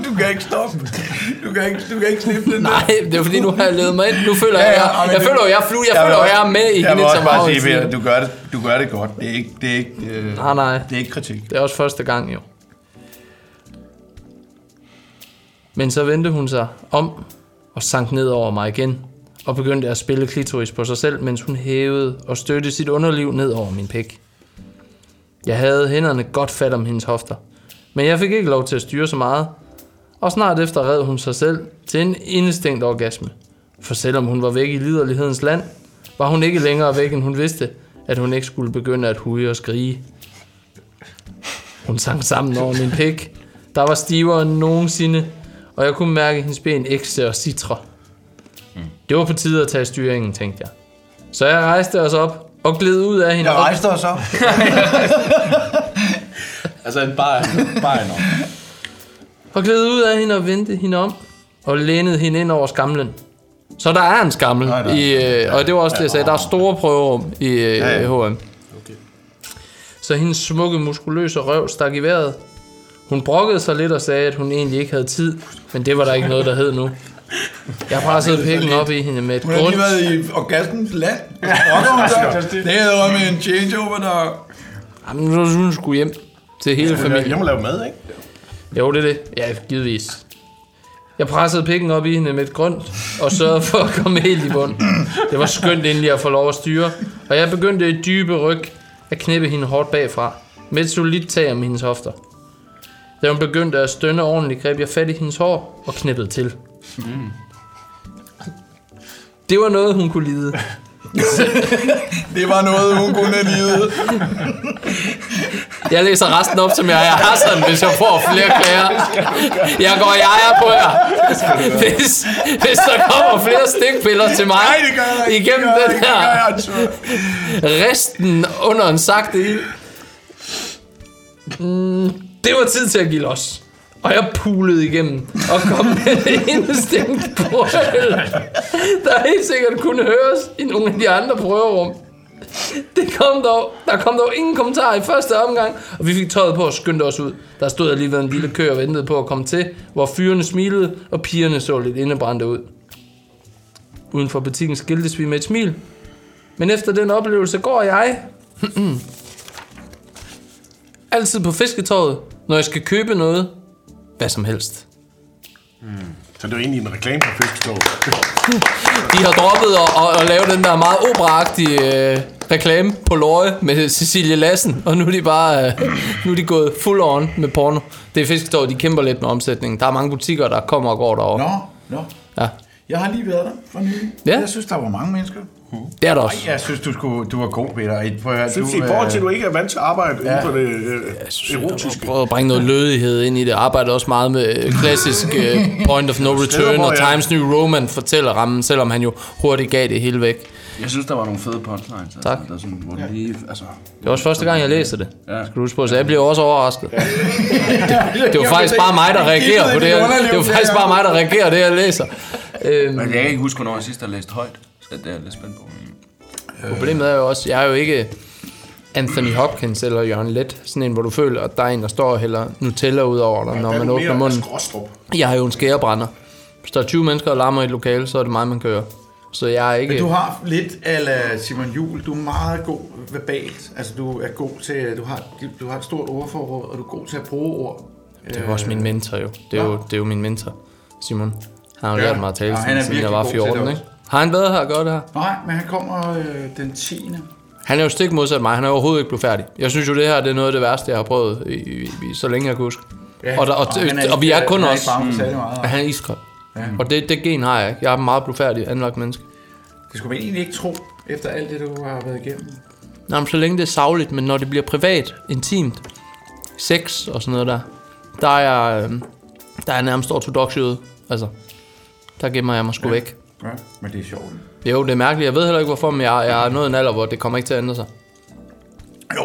Speaker 8: Du kan ikke stoppe. Du kan ikke, du kan ikke slippe den.
Speaker 6: Nej, det er fordi, nu har jeg levet mig ind. Nu føler jeg,
Speaker 8: Ja, ja,
Speaker 6: jeg,
Speaker 8: men
Speaker 6: jeg
Speaker 8: det-
Speaker 6: føler, jo, jeg er flu. Jeg føler, jo, jeg er med i
Speaker 8: Jeg vil
Speaker 6: hende
Speaker 8: også
Speaker 6: som
Speaker 8: bare sige,
Speaker 6: Maurits.
Speaker 8: Peter, du gør det, du gør det godt. Det er ikke... Det er ikke øh,
Speaker 6: Nej, nej.
Speaker 8: Det er ikke kritik.
Speaker 6: Det er også første gang, jo. Men så vendte hun sig om og sank ned over mig igen, og begyndte at spille klitoris på sig selv, mens hun hævede og støttede sit underliv ned over min pik. Jeg havde hænderne godt fat om hendes hofter, men jeg fik ikke lov til at styre så meget, og snart efter red hun sig selv til en indestængt orgasme. For selvom hun var væk i liderlighedens land, var hun ikke længere væk, end hun vidste, at hun ikke skulle begynde at huje og skrige. Hun sang sammen over min pik, der var stivere end nogensinde, og jeg kunne mærke hendes ben ekse og citre. Det var på tide at tage styringen, tænkte jeg. Så jeg rejste os op og gled ud af hende.
Speaker 8: Jeg
Speaker 6: op-
Speaker 8: rejste os op.
Speaker 10: [laughs] Altså, en bare, bare enorm.
Speaker 6: og gled ud af hende og vendte hende om, og lænede hende ind over skamlen. Så der er en skammel,
Speaker 8: Nej, der er-
Speaker 6: i, øh, og det var også det, jeg sagde, der er store prøverum i øh, ja, H&M. Okay. Så hendes smukke, muskuløse røv stak i vejret. Hun brokkede sig lidt og sagde, at hun egentlig ikke havde tid, men det var der ikke noget, der hed nu. Jeg pressede pikken op i hende med et
Speaker 8: Hun har
Speaker 6: grund.
Speaker 8: lige været i orgasmens land. Rocker hun der. Det hedder med en changeover, der...
Speaker 6: Jamen, så hun skulle hjem til hele familien.
Speaker 9: Jeg må lave mad, ikke?
Speaker 6: Jo, det er det. Ja, givetvis. Jeg pressede pikken op i hende med et grønt, og sørgede for at komme helt i bund. Det var skønt endelig at få lov at styre, og jeg begyndte i dybe ryg at knippe hende hårdt bagfra, med et solidt tag om hendes hofter. Da hun begyndte at stønne ordentligt, greb jeg fat i hendes hår og knippede til. Mm. Det var noget, hun kunne lide.
Speaker 8: [laughs] Det var noget, hun kunne have livet.
Speaker 6: Jeg læser resten op, som jeg er Hassan, hvis jeg får flere klager. Jeg går jeg er på jer. Hvis, hvis der kommer flere stikpiller til mig
Speaker 8: Nej, det gør jeg ikke.
Speaker 6: igennem
Speaker 8: det gør jeg
Speaker 6: den
Speaker 8: ikke. Det gør
Speaker 6: her
Speaker 8: jeg altså. ikke.
Speaker 6: resten under en sagte ild. Mm, Det var tid til at give los. Og jeg pulede igennem og kom med det indestængt brøl, der helt sikkert kunne høres i nogle af de andre prøverum. Det kom dog, der kom dog ingen kommentar i første omgang, og vi fik tøjet på og skyndte os ud. Der stod alligevel en lille kø og ventede på at komme til, hvor fyrene smilede, og pigerne så lidt indebrændte ud. Uden for butikken skiltes vi med et smil, men efter den oplevelse går jeg [clears throat] altid på fisketøjet, når jeg skal købe noget, hvad som helst.
Speaker 9: Så det er jo egentlig en reklame for fiskestov.
Speaker 6: De har droppet at, at, at lave den der meget operaagtige øh, reklame på løje med Cecilie Lassen, og nu er de bare øh, nu er de gået full on med porno. Det er Fisketår, de kæmper lidt med omsætningen. Der er mange butikker, der kommer og går derovre.
Speaker 8: Nå, nå.
Speaker 6: Ja.
Speaker 8: Jeg har lige været der for nylig.
Speaker 6: Ja.
Speaker 8: Jeg synes, der var mange mennesker.
Speaker 6: Det er der også.
Speaker 8: Ej, jeg synes, du, skulle, du var god, Peter. Ej, Prøv at høre,
Speaker 9: Synes,
Speaker 8: du,
Speaker 9: I forhold til, at
Speaker 8: øh,
Speaker 9: du ikke er vant til at arbejde ja.
Speaker 8: Ja.
Speaker 9: inden for det øh, erotiske.
Speaker 6: Prøv at bringe noget lødighed ind i det. Arbejder også meget med øh, klassisk øh, Point of No
Speaker 9: Steder,
Speaker 6: Return
Speaker 9: hvor
Speaker 6: og
Speaker 9: jeg-
Speaker 6: Times New Roman fortæller rammen, selvom han jo hurtigt gav det hele væk.
Speaker 10: Jeg synes, der var nogle fede punchlines.
Speaker 6: Tak.
Speaker 10: Altså, der sådan, hvor ja. lige, altså,
Speaker 6: Det var også første gang, jeg læste det.
Speaker 10: Ja.
Speaker 6: Skal du huske på, så jeg blev også overrasket. Det [laughs] var faktisk bare mig, der reagerer på det her. Det var faktisk bare mig, der reagerer på det, jeg læser. Øhm,
Speaker 10: Men jeg kan ikke huske, hvornår jeg sidst har læst højt. Så det er jeg lidt spændt på.
Speaker 6: Problemet er jo også, jeg er jo ikke Anthony Hopkins eller Jørgen Let, sådan en, hvor du føler, at der er en, der står og hælder Nutella ud over dig, når man åbner munden. Jeg har jo en skærebrænder. Hvis der er 20 mennesker og larmer i et lokale, så er det mig, man kører. Så jeg er ikke...
Speaker 8: Men du har lidt ala Simon Jul. Du er meget god verbalt. Altså, du er god til... Du har, du har et stort ordforråd, og du er god til at bruge ord.
Speaker 6: Det var også min mentor jo. Det er jo, det er jo min mentor, Simon. Han har jo
Speaker 8: Ja.
Speaker 6: lært mig at tale,
Speaker 8: Ja, han er
Speaker 6: ja, siden jeg
Speaker 8: virkelig
Speaker 6: var
Speaker 8: god til
Speaker 6: 14,
Speaker 8: det
Speaker 6: ikke? Har han været her og gør det her?
Speaker 8: Nej, men han kommer øh, den 10.
Speaker 6: Han er jo stik modsat mig. Han er overhovedet ikke blevet færdig. Jeg synes jo, det her det er noget af det værste, jeg har prøvet, i, i, i, så længe jeg kan huske. Ja, og, der, og,
Speaker 8: og han er
Speaker 6: og, og, vi
Speaker 8: ikke-
Speaker 6: er kun Mm.
Speaker 8: han er
Speaker 6: os.
Speaker 8: ikke bange for særlig meget,
Speaker 6: Han er iskold. Ja. Og det, det gen har jeg ikke. Jeg er en meget blufærdig anlagt menneske.
Speaker 8: Det skulle man egentlig ikke tro, efter alt det, du har været igennem.
Speaker 6: Nå, men så længe det er savligt, men når det bliver privat, intimt, sex og sådan noget der, der er jeg, øhm, der er jeg nærmest ortodox jøde. Altså, der gemmer jeg mig sgu ja. væk.
Speaker 8: Ja, men det er sjovt.
Speaker 6: Jo, det er mærkeligt. Jeg ved heller ikke, hvorfor, men jeg, jeg er nået en alder, hvor det kommer ikke til at ændre sig.
Speaker 8: Jo.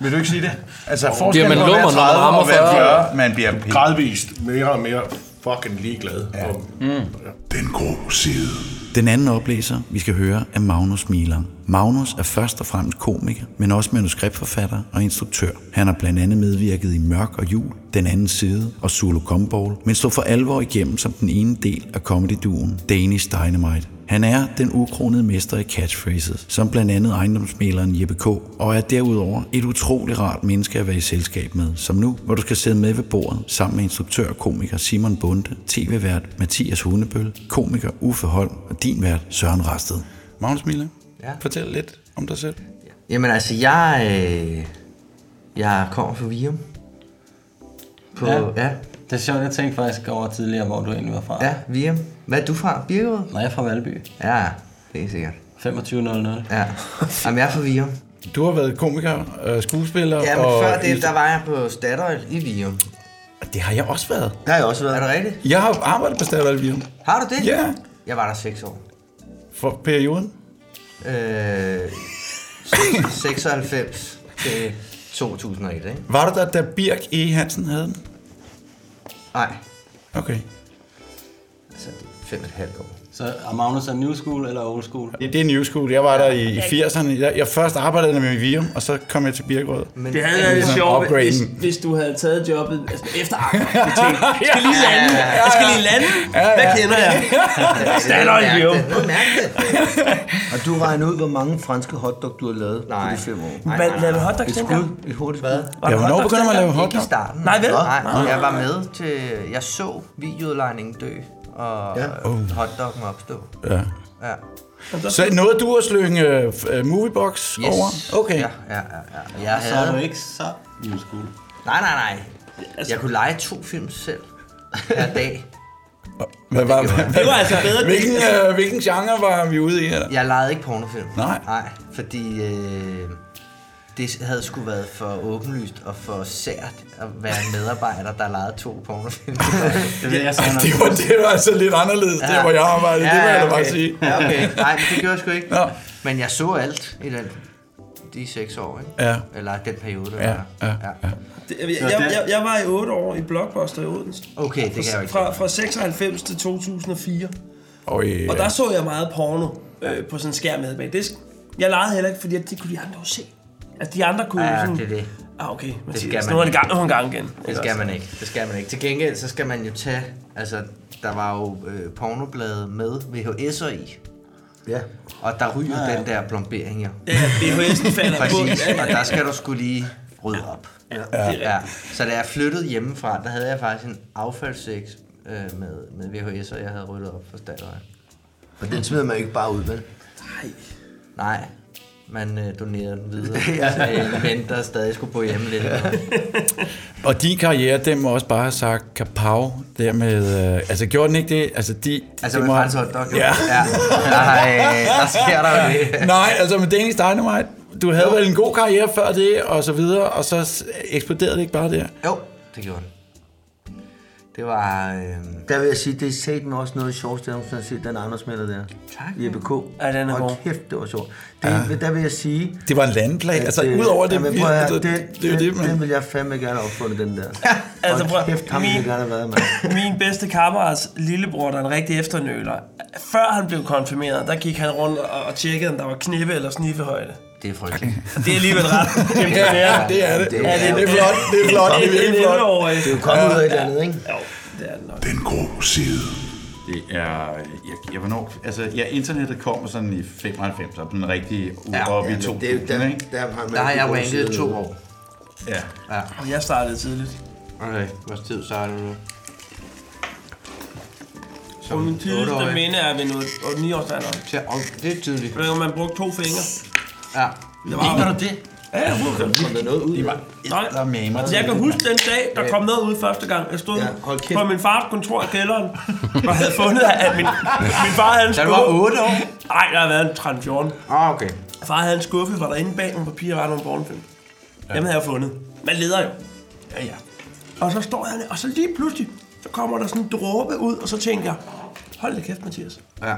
Speaker 8: Vil du ikke sige det? Altså, oh,
Speaker 6: Bliver man lummer, når man rammer 40?
Speaker 8: Man bliver pæn.
Speaker 9: Gradvist mere og mere fucking ligeglad. Ja.
Speaker 1: Den grå side.
Speaker 2: Den anden oplæser, vi skal høre, er Magnus Milan. Magnus er først og fremmest komiker, men også manuskriptforfatter og instruktør. Han har blandt andet medvirket i Mørk og Jul, Den Anden Side og Solo Gumball, men stod for alvor igennem som den ene del af comedy-duen Danish Dynamite. Han er den ukronede mester i catchphrases, som blandt andet ejendomsmæleren Jeppe K. Og er derudover et utroligt rart menneske at være i selskab med, som nu, hvor du skal sidde med ved bordet sammen med instruktør og komiker Simon Bunde, tv-vært Mathias Hundebøl, komiker Uffe Holm og din vært Søren Rasted.
Speaker 8: Magnus Mille,
Speaker 5: Ja.
Speaker 8: fortæl lidt om dig selv.
Speaker 5: Jamen altså, jeg, øh, jeg kommer fra Vium. På, ja. ja.
Speaker 11: Det er sjovt, jeg tænkte faktisk over tidligere, hvor du egentlig var fra.
Speaker 5: Ja, Vium. Hvad er du fra? Birkerød?
Speaker 11: Nej, jeg er fra Valby.
Speaker 5: Ja, det er sikkert.
Speaker 11: 2500.
Speaker 5: Ja. Jamen, jeg er fra
Speaker 7: [laughs]
Speaker 5: Vium.
Speaker 8: Du har været komiker, øh, skuespiller
Speaker 5: Ja, men
Speaker 8: og...
Speaker 5: før det, der var jeg på Statoil i Vium.
Speaker 8: Det har jeg også været.
Speaker 5: Der har jeg også været. Er det rigtigt?
Speaker 8: Jeg har arbejdet på Stadvalvium.
Speaker 5: Har du det?
Speaker 8: Ja.
Speaker 5: Jeg var der 6 år.
Speaker 8: For perioden?
Speaker 5: Øh, [laughs] 96 til 2001, ikke?
Speaker 8: Var du der, da Birk E. Hansen havde den?
Speaker 5: Nej,
Speaker 8: Okay.
Speaker 5: altså fem og et halvt år.
Speaker 11: Så er Magnus er new school eller old school?
Speaker 8: Det er New School. Jeg var der i, i 80'erne. Jeg, jeg først arbejdede med Vium, og så kom jeg til Birkerød.
Speaker 5: Men,
Speaker 11: Det havde været lidt
Speaker 8: Sådan
Speaker 11: sjovt, hvis,
Speaker 8: upgraden.
Speaker 11: hvis du havde taget jobbet altså, efter
Speaker 8: [laughs]
Speaker 11: arbejde. Jeg tænkte, jeg skal lige lande. Jeg skal lige lande. Hvad kender jeg? Statoil i Vium.
Speaker 5: Du mærke det.
Speaker 12: [laughs] Og du regner ud, hvor mange franske hotdog, du har lavet
Speaker 5: Nej.
Speaker 12: på de fem år.
Speaker 5: Nej,
Speaker 11: Hvad
Speaker 5: nej,
Speaker 11: lavede
Speaker 5: nej.
Speaker 11: hotdogs
Speaker 12: Et
Speaker 11: dengang?
Speaker 12: skud, et hurtigt skud.
Speaker 5: Hvad?
Speaker 11: Var der
Speaker 8: Ja, hvornår
Speaker 11: hotdogs
Speaker 8: begynder man at
Speaker 11: dengang?
Speaker 8: lave
Speaker 5: Ikke i
Speaker 8: hotdog?
Speaker 5: starten.
Speaker 11: Nej, vel?
Speaker 5: Nej, jeg var med til... Jeg så videoudlejningen dø, og ja. oh. hotdoggen opstå.
Speaker 8: Ja.
Speaker 5: Ja.
Speaker 8: Så nåede du at slynge øh, f- øh, Moviebox
Speaker 5: Yes.
Speaker 8: over? Okay.
Speaker 5: Ja, ja, ja. ja. Og Jeg
Speaker 11: Så er du
Speaker 5: havde...
Speaker 11: ikke så new school.
Speaker 5: Nej, nej, nej. Jeg kunne lege to film selv hver dag.
Speaker 8: Hvad var, hvad,
Speaker 11: Det var altså
Speaker 8: [laughs]
Speaker 11: bedre.
Speaker 8: hvilken, øh, hvilken genre var vi ude i? Eller?
Speaker 5: Jeg legede ikke pornofilm.
Speaker 8: Nej.
Speaker 5: Nej, fordi øh, det havde sgu været for åbenlyst og for sært at være en medarbejder, der legede to
Speaker 8: [laughs]
Speaker 5: pornofilm.
Speaker 11: Det ved jeg så nok.
Speaker 8: Det var, det var altså lidt anderledes, ja. der hvor jeg arbejdede. Ja, det må jeg da bare
Speaker 5: okay.
Speaker 8: sige.
Speaker 5: Ja, okay. Nej, men det gjorde jeg sgu ikke.
Speaker 8: Nå.
Speaker 5: Men jeg så alt i den, de seks år, ikke?
Speaker 8: Ja.
Speaker 5: Eller den periode, der
Speaker 8: Ja,
Speaker 5: var.
Speaker 8: ja, ja.
Speaker 12: Det- Jeg, jeg, jeg, jeg var i 8 år i Blockbuster i Odense.
Speaker 5: Okay, det kan jeg jo ikke.
Speaker 12: Fra, fra 96 til 2004.
Speaker 8: Og, øh,
Speaker 12: Og der så jeg meget porno øh, på sådan en skærm, jeg havde bag disk. Jeg legede heller ikke, fordi at det kunne de andre jo se. Altså, de andre kunne jo
Speaker 5: Ja,
Speaker 12: sådan...
Speaker 5: det er det.
Speaker 12: Ah, okay. Mathias,
Speaker 5: skal man
Speaker 12: nu er han i
Speaker 5: ikke.
Speaker 12: gang, nu er han i gang igen.
Speaker 5: Det skal man ikke. Det skal man ikke. Til gengæld, så skal man jo tage... Altså, der var jo øh, pornoblade med VHS'er i.
Speaker 12: Ja.
Speaker 5: Og der ryger ja, ja. den der plombering, jo.
Speaker 12: Ja, VHS'en falder på.
Speaker 5: Præcis.
Speaker 12: Ja,
Speaker 5: Og der skal du skulle lige rydde op.
Speaker 12: ja, det er
Speaker 5: Ja. Så da jeg flyttede hjemmefra, der havde jeg faktisk en affaldssæk øh, med, med VHS, og jeg havde ryddet op for Statoil.
Speaker 13: Og den smider man jo ikke bare ud, vel?
Speaker 5: Nej. man øh, donerede den videre [laughs] til en ven, der stadig skulle bo hjemme lidt.
Speaker 2: Og din karriere, den må også bare have sagt kapav, der med, øh, altså gjorde den ikke det? Altså, de,
Speaker 5: Altså
Speaker 2: det
Speaker 5: med
Speaker 2: må-
Speaker 5: fransk hotdog, jo.
Speaker 2: Ja.
Speaker 5: Ja. [laughs] Nej, der sker der jo [laughs]
Speaker 2: [laughs]
Speaker 5: det.
Speaker 2: Nej, altså med Danish Dynamite, du havde vel en god karriere før det, og så videre, og så s- eksploderede det ikke bare der?
Speaker 5: Jo, det gjorde den. Det var... Øh... Der vil jeg sige, det er sat med også noget af det sjoveste, jeg nogensinde har set den Anders Mæller der. Tak. I EBK. Ja, den er Hold kæft, det var sjovt. Det, ja. Der vil jeg sige...
Speaker 2: Det var en landeplads. Altså,
Speaker 5: øh,
Speaker 2: udover det
Speaker 5: jamen, prøv at høre,
Speaker 2: virkelig-
Speaker 5: den,
Speaker 2: det- det er jo
Speaker 5: det, det,
Speaker 2: det, man-
Speaker 5: den vil jeg fandme gerne have opfundet, den der.
Speaker 12: Altså, prøv,
Speaker 5: Hold kæft, ham ville jeg
Speaker 12: min-
Speaker 5: gerne have været med.
Speaker 12: Min bedste kammerats lillebror, der er en rigtig efternøler, før han blev konfirmeret, der gik han rundt og, og tjekkede, om der var knippe eller sniffehøjde.
Speaker 5: Det er frygteligt.
Speaker 12: Og det er alligevel
Speaker 5: [laughs]
Speaker 12: ret imponerende.
Speaker 5: Ja, det er det. Det er flot, det er flot, det er virkelig flot. Det er jo kommet ud af et eller andet, ikke?
Speaker 12: Jo, det er det nok.
Speaker 1: Den grå side.
Speaker 8: Det er, jeg, jeg, hvornår, altså, ja, internettet kommer sådan i 95, og den rigtige ja, op i 2000,
Speaker 5: det,
Speaker 8: der, ikke?
Speaker 5: der, der, der har jeg ranket to år.
Speaker 8: Ja.
Speaker 5: Ja.
Speaker 12: Og jeg startede tidligt.
Speaker 5: Okay, hvor tid så er det nu?
Speaker 12: På min tidligste minde er ved noget, og 9 års alderen.
Speaker 5: Det er tidligt.
Speaker 12: Men man brugte to fingre.
Speaker 5: Ja.
Speaker 12: Mener du det? Ja, jeg brugte det.
Speaker 5: Kom der noget ud?
Speaker 12: Nej, Altså, jeg kan huske den dag, der kom noget ud første gang. Jeg stod ja, på min fars kontor i kælderen, og havde fundet, at min, min far havde en
Speaker 5: Da
Speaker 12: skuffe.
Speaker 5: du var otte år?
Speaker 12: Nej, der har været en 13
Speaker 5: Ah, okay.
Speaker 12: Far havde en skuffe, hvor der inde bag nogle papirer var nogle pornofilm. Ja. Dem havde jeg fundet. Man leder jo. Ja, ja. Og så står han, og så lige pludselig, så kommer der sådan en dråbe ud, og så tænker jeg, hold da kæft, Mathias.
Speaker 5: Ja.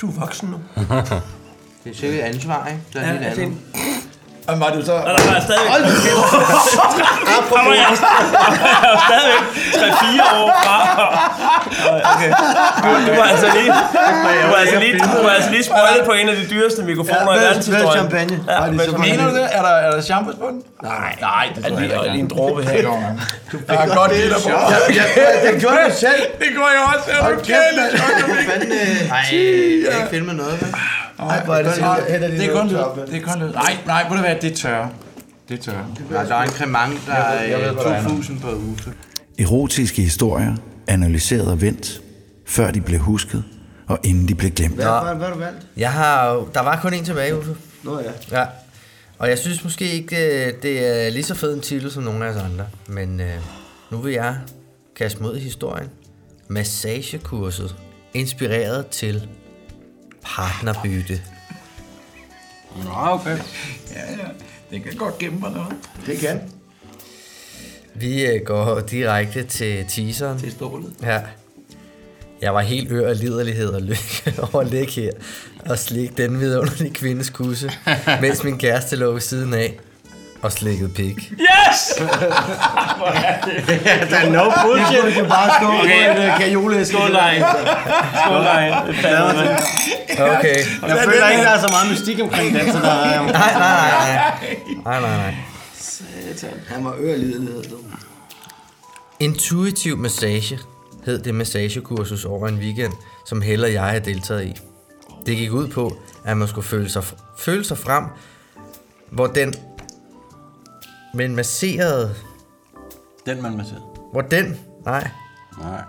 Speaker 12: Du er voksen nu.
Speaker 5: Det er sikkert et ansvar, ikke? Der er
Speaker 12: Ja,
Speaker 5: ja, helt
Speaker 12: det er
Speaker 5: andet.
Speaker 8: Og var du så...
Speaker 12: Og der var jeg stadigvæk... Hold Der var jeg, der var jeg stadigvæk 3-4 år fra. Okay. Du, du var altså lige, du var altså lige, du var altså lige sprøjtet på en af de dyreste mikrofoner i verdenshistorien. Ja, med champagne.
Speaker 3: Mener du det? Er der, er der shampoo på den?
Speaker 12: Nej,
Speaker 3: nej, det tror jeg
Speaker 12: lige, og lige en dråbe her.
Speaker 3: Du fik ja, godt det, der på.
Speaker 8: Ja, ja, ja, det gjorde jeg selv.
Speaker 3: Det gjorde jeg også. Er du kæld?
Speaker 5: altså,
Speaker 12: altså,
Speaker 5: Nej, jeg har ikke filmet noget, vel? Ej, hvor er det
Speaker 3: Nej,
Speaker 5: sikkert.
Speaker 3: Det er kun lyd. Det er kun lyd. Nej, nej, må det være, det er tørre. Det er tørre.
Speaker 5: Nej, der er en kremang, der
Speaker 3: Jeg ved- jeg ved, hvad der er
Speaker 5: er
Speaker 3: nu.
Speaker 5: 2.000 på uge.
Speaker 2: Erotiske historier, analyseret og vendt, før de blev husket, og inden de blev glemt.
Speaker 5: hvad har du valgt? Jeg har jo- Der var kun en tilbage, Uffe.
Speaker 11: Nå ja.
Speaker 5: Ja. Og jeg synes måske ikke, øh, det er lige så fed en titel som nogle af os andre. Men øh, nu vil jeg kaste mod i historien. Massagekurset. Inspireret til partnerbytte.
Speaker 7: Nå, okay. Ja, ja. Det kan godt gemme mig noget.
Speaker 5: Det kan. Vi øh, går direkte til teaseren. Til stålet. Ja. Jeg var helt ør af liderlighed og lykke [laughs] over at ligge her og slikke den vidunderlige kvindes kusse, mens min kæreste lå ved siden af og slikkede pik.
Speaker 12: Yes!
Speaker 11: Hvor er det?
Speaker 5: Der er no bullshit.
Speaker 11: Du kan bare stå
Speaker 5: Okay.
Speaker 11: på en uh, kajole.
Speaker 5: Skål, Lein.
Speaker 11: Skål,
Speaker 12: Lein.
Speaker 5: Okay.
Speaker 11: Jeg føler ikke, der er så meget mystik omkring den, så der er...
Speaker 5: Nej, nej, nej. Nej, nej, nej.
Speaker 11: Satan. Han var ørelidelighed, du.
Speaker 5: Intuitiv massage hed det massagekursus over en weekend, som Helle og jeg havde deltaget i. Det gik ud på, at man skulle føle sig, føle sig frem, hvor den men masserede...
Speaker 11: Den man masserede.
Speaker 5: Hvor den... Nej.
Speaker 11: Nej.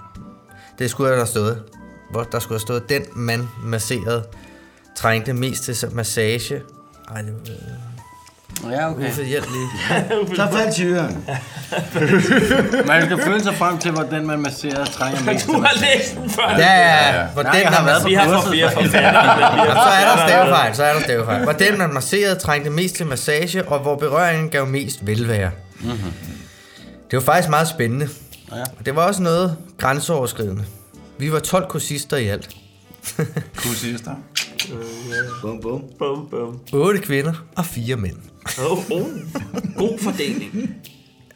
Speaker 5: Det skulle der have stået. Hvor der skulle have stået, den man masserede trængte mest til som massage. Ej, det var...
Speaker 11: Ja, okay.
Speaker 5: Uffe, hjælp lige.
Speaker 11: Så faldt tyren. man skal føle sig frem til, hvordan man masserer trænger mest.
Speaker 12: Du har læst den før.
Speaker 5: Ja, ja, ja. Hvordan
Speaker 11: Nej, jeg
Speaker 5: man
Speaker 11: har været på
Speaker 5: Vi har
Speaker 11: kurset.
Speaker 5: fået fire
Speaker 11: forfattere.
Speaker 5: Så er der stavefejl, så er der stavefejl. Hvordan man masserede trængte mest til massage, og hvor berøringen gav mest velvære.
Speaker 11: Mhm.
Speaker 5: Det var faktisk meget spændende.
Speaker 11: Ja.
Speaker 5: Og det var også noget grænseoverskridende. Vi var 12 kursister i alt.
Speaker 7: Kursister.
Speaker 5: Bum, bum.
Speaker 12: [laughs] Bum, bum.
Speaker 5: 8 kvinder og 4 mænd.
Speaker 12: Oh, oh. God fordeling.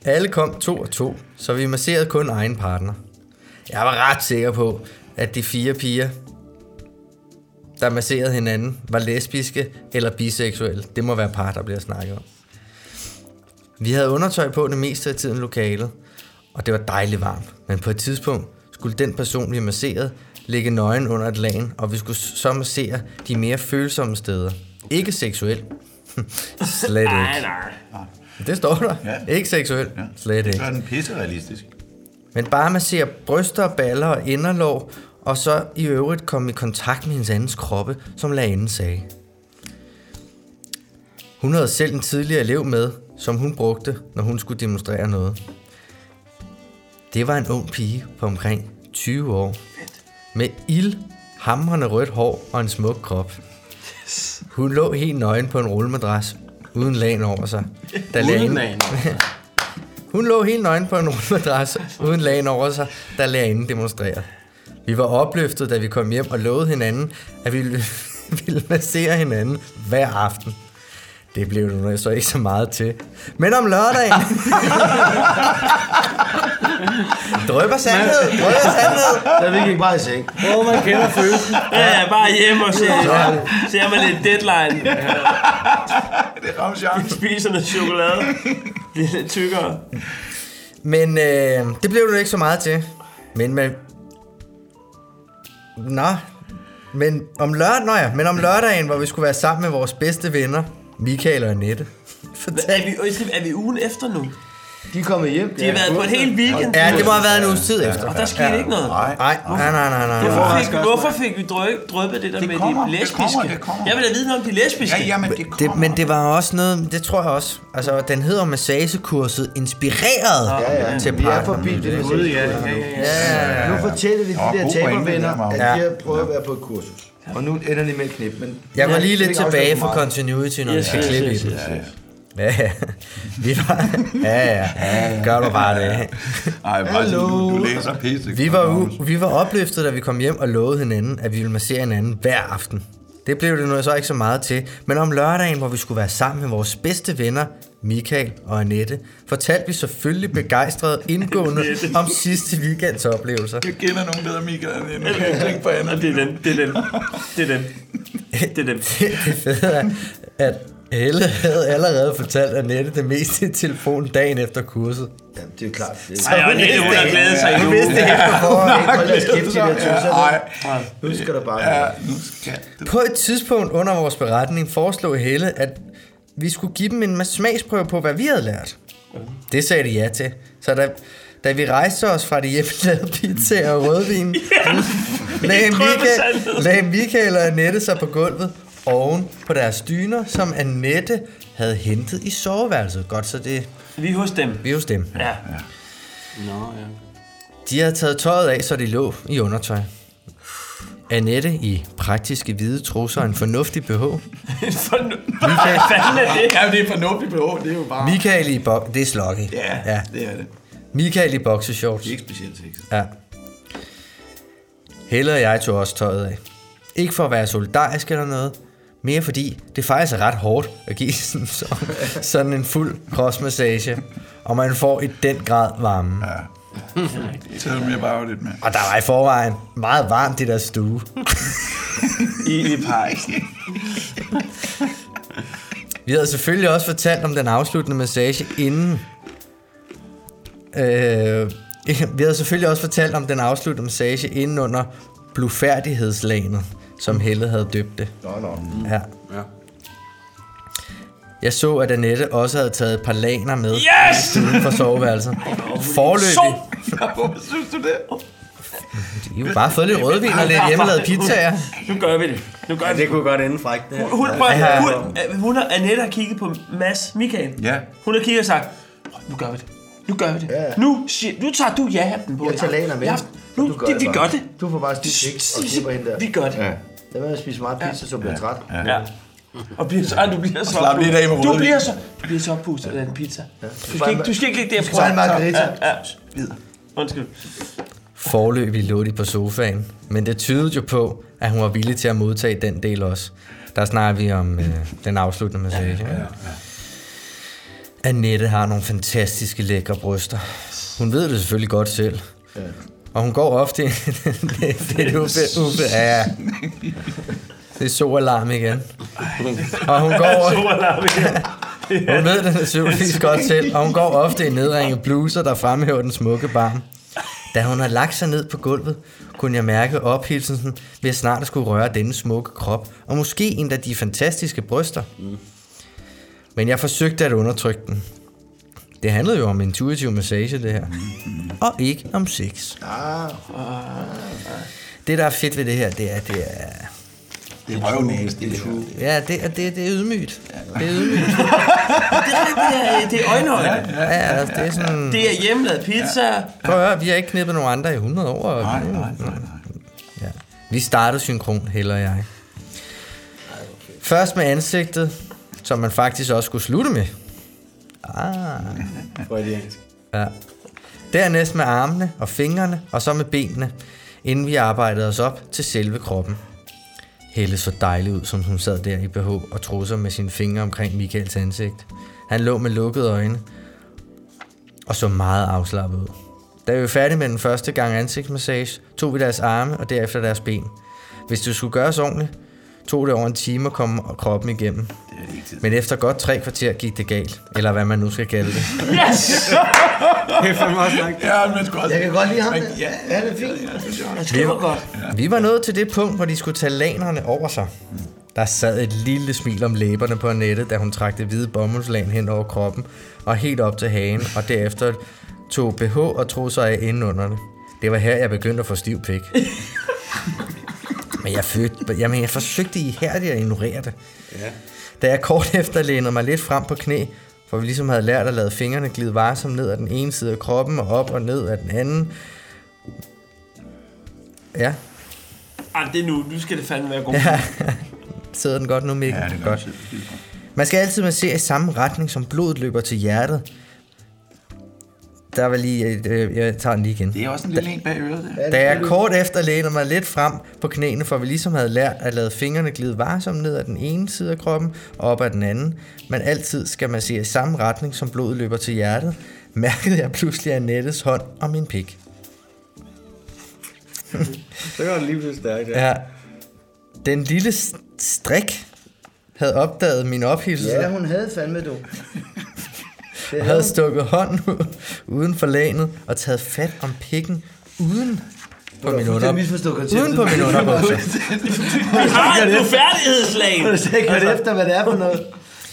Speaker 5: Alle kom to og to, så vi masserede kun egen partner. Jeg var ret sikker på, at de fire piger, der masserede hinanden, var lesbiske eller biseksuelle. Det må være par, der bliver snakket om. Vi havde undertøj på det meste af tiden i lokalet, og det var dejligt varmt. Men på et tidspunkt skulle den person, vi masserede, ligge nøgen under et lagen, og vi skulle så massere de mere følsomme steder. Ikke seksuelt. [laughs] Slet ikke.
Speaker 11: Nej, nej.
Speaker 5: Det står der. Ja. Ikke seksuelt. Ja. Slet ikke.
Speaker 8: Så er den pisserealistisk.
Speaker 5: Men bare man ser bryster, og baller og inderlov, og så i øvrigt komme i kontakt med hendes andens kroppe, som Laine sagde. Hun havde selv en tidligere elev med, som hun brugte, når hun skulle demonstrere noget. Det var en ung pige på omkring 20 år, med ild, hamrende rødt hår og en smuk krop. Hun lå helt nøgen på en rullemadras, uden lagen over sig. Da
Speaker 14: Uden
Speaker 5: lægen...
Speaker 14: lagen
Speaker 5: [laughs] Hun lå helt nøgen på en rullemadras, uden lagen over sig, da lærerinden demonstrerede. Vi var opløftet, da vi kom hjem og lovede hinanden, at vi ville- [laughs] ville massere hinanden hver aften. Det blev nu så ikke så meget til. Men om lørdagen... Drøber sandhed! Drøber sandhed! Da vi gik bare i seng.
Speaker 12: Åh, man kender følelsen. Ja, ja, bare hjem og se,
Speaker 5: Sådan.
Speaker 12: ser man lidt
Speaker 3: [laughs]
Speaker 12: deadline. det
Speaker 1: rammer chancen.
Speaker 12: Spiser noget chokolade. Bliver lidt tykkere.
Speaker 5: Men øh, det blev det ikke så meget til. Men man... Nå. Men om, lørdag, nå ja, men om lørdagen, hvor vi skulle være sammen med vores bedste venner, Michael og Annette.
Speaker 12: Er vi, undskyld, er vi ugen efter nu?
Speaker 5: De er kommet hjem.
Speaker 12: De har været på en hel weekend.
Speaker 5: Ja, det må have været en uges tid efter.
Speaker 12: Og der skete ikke noget.
Speaker 5: Nej, nej, nej, nej. nej, nej.
Speaker 12: Hvorfor fik, hvorfor fik vi drø- drøbet det der med de lesbiske? Jeg vil da vide noget om de lesbiske. Ja, jamen, det
Speaker 5: Det, men det var også noget, det tror jeg også. Altså, den hedder massagekurset Inspireret
Speaker 2: Ja, ja.
Speaker 5: til
Speaker 2: Vi er forbi det.
Speaker 5: partnerne.
Speaker 2: med
Speaker 5: Ja,
Speaker 2: sexkurser nu.
Speaker 5: ja, ja.
Speaker 2: Nu fortæller vi de
Speaker 5: Åh,
Speaker 2: der
Speaker 5: god pointe,
Speaker 2: tabervenner,
Speaker 5: der, Magnus.
Speaker 2: at de har prøvet at være på et kursus. Og nu ender de med et knip. Men
Speaker 5: Jeg går lige lidt
Speaker 2: Det kan også være
Speaker 5: tilbage for
Speaker 2: meget.
Speaker 5: continuity, når jeg
Speaker 2: Yes,
Speaker 5: skal
Speaker 2: yes,
Speaker 5: klippe i
Speaker 2: yes,
Speaker 5: den.
Speaker 2: yes, yes.
Speaker 5: Ja, ja. Vi var... Ja, ja. Gør du bare det.
Speaker 1: Ej, bare du, du læser pisse.
Speaker 5: Vi var, u- vi var opløftet, da vi kom hjem og lovede hinanden, at vi ville massere hinanden hver aften. Det blev det nu så ikke så meget til, men om lørdagen, hvor vi skulle være sammen med vores bedste venner, Michael og Annette, fortalte vi selvfølgelig begejstret indgående om sidste weekends oplevelser.
Speaker 1: Jeg kender nogen bedre, Michael, end jeg kan ikke tænke på andet.
Speaker 12: Det er dem, det er dem, det er dem. Det er
Speaker 5: [laughs]
Speaker 12: dem.
Speaker 5: det fede er, at Helle havde allerede fortalt Annette det meste i telefonen dagen efter kurset. Jamen, det er jo klart.
Speaker 12: Ej, og Annette, hun har glædet sig i
Speaker 5: Hun
Speaker 12: en
Speaker 5: vidste
Speaker 12: uge.
Speaker 5: det helt på forhånd.
Speaker 12: Ikke? Hold da
Speaker 2: kæft, de der tosser.
Speaker 5: Nej.
Speaker 2: Nu skal der bare
Speaker 5: Ja,
Speaker 2: nu skal
Speaker 5: På et tidspunkt under vores beretning foreslog Helle, at vi skulle give dem en smagsprøve på, hvad vi havde lært. Det sagde de ja til. Så da, da vi rejste os fra de [laughs] hjemmelavede pizzaer og
Speaker 12: [laughs]
Speaker 5: rødvin, lagde, Michael, lagde Michael og Annette sig på gulvet oven på deres dyner, som Annette havde hentet i soveværelset. Godt, så det...
Speaker 12: Vi er hos dem.
Speaker 5: Vi er hos dem.
Speaker 12: Ja.
Speaker 5: Nå, ja. De havde taget tøjet af, så de lå i undertøj. Annette i praktiske hvide trusser og en fornuftig BH.
Speaker 12: Hvad fanden er det?
Speaker 2: Ja, det er fornuftigt behov, det er jo bare...
Speaker 5: Michael i bo- Det er slokket.
Speaker 2: Ja, det er det.
Speaker 5: Michael i boxershorts.
Speaker 2: Det er ikke specielt sexet.
Speaker 5: Ja. Helle og jeg tog også tøjet af. Ikke for at være solidarisk eller noget, mere fordi det faktisk er ret hårdt at give sådan, sådan- sådan en fuld kropsmassage, og man får i den grad varme. Ja.
Speaker 1: Tell me about it, man.
Speaker 5: Og der var i forvejen meget varmt i deres stue.
Speaker 12: I, i Paris.
Speaker 5: Vi havde selvfølgelig også fortalt om den afsluttende massage inden. Øh, vi havde selvfølgelig også fortalt om den afsluttende massage inden under blufærdighedslanet, som Helle havde døbt det.
Speaker 2: Nå, nå.
Speaker 5: Ja.
Speaker 2: Ja.
Speaker 5: Jeg så, at Annette også havde taget et par laner med
Speaker 12: Yes!
Speaker 5: uden for soveværelset.
Speaker 2: [laughs]
Speaker 5: Forløbig.
Speaker 1: Hvorfor synes du det?
Speaker 5: De har jo bare fået lidt rødvin og lidt hjemmelavet
Speaker 2: [laughs]
Speaker 5: pizzaer.
Speaker 12: Nu gør vi det. Nu gør ja, det kunne godt ende frækt. Hun, hun, prøv,
Speaker 5: Ja.
Speaker 12: hun, øh, hun, hun, har, Annette har kigget på Mads Michael.
Speaker 1: Ja.
Speaker 12: Hun har kigget og sagt, "Prøv, nu gør vi det. Nu gør vi det. Ja. Nu, shit, nu tager du ja-hatten på.
Speaker 2: Jeg tager laner med.
Speaker 12: Ja, nu,
Speaker 2: Du
Speaker 12: det, vi
Speaker 2: bare.
Speaker 12: gør det.
Speaker 2: Du får bare spist ikke og klipper hende der.
Speaker 12: Vi gør det.
Speaker 2: Ja. Lad være at spise meget pizza, så bliver jeg træt.
Speaker 12: Ja. Og bliver så, ah, du bliver så
Speaker 2: slap lidt af med
Speaker 12: Du
Speaker 2: rødvin.
Speaker 12: bliver så, du bliver så oppustet af den pizza. Du skal, ikke, du skal ikke ligge der
Speaker 2: Du skal bare en margarita.
Speaker 12: Ja, ja. Undskyld.
Speaker 5: Forløbig lå de på sofaen, men det tydede jo på, at hun var villig til at modtage den del også. Der snakker vi om øh, den afsluttende massage. Ja, ja, ja. Annette har nogle fantastiske lækre bryster. Hun ved det selvfølgelig godt selv. Ja. Og hun går ofte i det er uffe, uffe, ja. Det er soalarm igen. Og hun går...
Speaker 12: Solalarm igen.
Speaker 5: Hun ved det naturligvis godt selv, og hun går ofte i nedringet bluser, der fremhæver den smukke barm. Da hun har lagt sig ned på gulvet, kunne jeg mærke ophilsen ved at snart skulle røre denne smukke krop, og måske en af de fantastiske bryster. Men jeg forsøgte at undertrykke den. Det handlede jo om intuitiv massage, det her. Og ikke om sex.
Speaker 2: Ah.
Speaker 5: Det, der er fedt ved det her, det er, det er...
Speaker 2: Det er røvnæst, det er true.
Speaker 5: Ja, det, er- det, det er ydmygt. Det er ydmygt.
Speaker 12: Det er rigtigt, det er, det er øjenhøjde.
Speaker 5: Ja, ja, Altså, det er sådan...
Speaker 12: Det er hjemmelavet pizza.
Speaker 5: Prøv at høre, vi har ikke knippet nogen andre i 100 år. og-
Speaker 12: Nej, nej, nej,
Speaker 5: Ja. Vi startede synkron, heller jeg. Først med ansigtet, som man faktisk også skulle slutte med. Ah. Ja. Dernæst med armene og fingrene, og så med benene, inden vi arbejdede os op til selve kroppen. Helle så dejlig ud, som hun sad der i BH og trusser med sine fingre omkring Michaels ansigt. Han lå med lukkede øjne og så meget afslappet ud. Da vi var færdige med den første gang ansigtsmassage, tog vi deres arme og derefter deres ben. Hvis det skulle gøres ordentligt, tog det over en time at komme kroppen igennem. Men efter godt tre kvarter gik det galt, eller hvad man nu skal kalde det.
Speaker 12: Yes!
Speaker 5: Det er fandme også langt.
Speaker 2: Ja, men sgu også.
Speaker 15: Jeg kan godt lide ham.
Speaker 2: Rigtig- Ja,
Speaker 15: Ja, det er fint. Det synes jeg også.
Speaker 5: Vi var, vi var nået til det punkt, hvor de skulle tage lanerne over sig. Der sad et lille smil om læberne på nettet, da hun trak det hvide bomuldslag hen over kroppen og helt op til hagen, og derefter tog BH og trusser af indenunder det. Det var her, jeg begyndte at få stiv pik. Men jeg, følte, jamen, jeg forsøgte ihærdigt at ignorere det.
Speaker 12: Ja.
Speaker 5: Da jeg kort efter lænede mig lidt frem på knæ, for vi ligesom havde lært at lade fingrene glide varsomt ned ad den ene side af kroppen og op og ned ad den anden. Ja,
Speaker 12: Ej, det er nu. Nu skal det fandme være god.
Speaker 5: Ja. Sidder den godt nu, Mikkel?
Speaker 12: Ja, det gør den.
Speaker 5: Man skal altid massere i samme retning, som blodet løber til hjertet. Der var lige... et, Øh, jeg tager den lige igen.
Speaker 16: Det er også en lille en bag øret. der.
Speaker 5: Da jeg kort efter lænede mig lidt frem på knæene, for vi ligesom havde lært at lade fingrene glide varsomt ned ad den ene side af kroppen og op ad den anden, men altid skal man se i samme retning, som blodet løber til hjertet, mærkede jeg pludselig Annettes hånd og min pik.
Speaker 11: Så går det lige pludselig stærkt.
Speaker 5: Ja. Den lille s- strik havde opdaget min ophidselse.
Speaker 11: Ja, hun havde
Speaker 5: [laughs]
Speaker 11: fandme du. Det
Speaker 5: Jeg
Speaker 11: havde
Speaker 5: havde
Speaker 11: hun.
Speaker 5: stukket hånden ud uden for lanet og taget fat om pikken uden på
Speaker 11: var
Speaker 5: min
Speaker 11: fuldstændig
Speaker 5: under...
Speaker 11: misforstået konceptet.
Speaker 5: Uden på min underbukser.
Speaker 12: Vi har et blufærdighedslag.
Speaker 11: Har du slet ikke hørt efter, hvad det er for noget?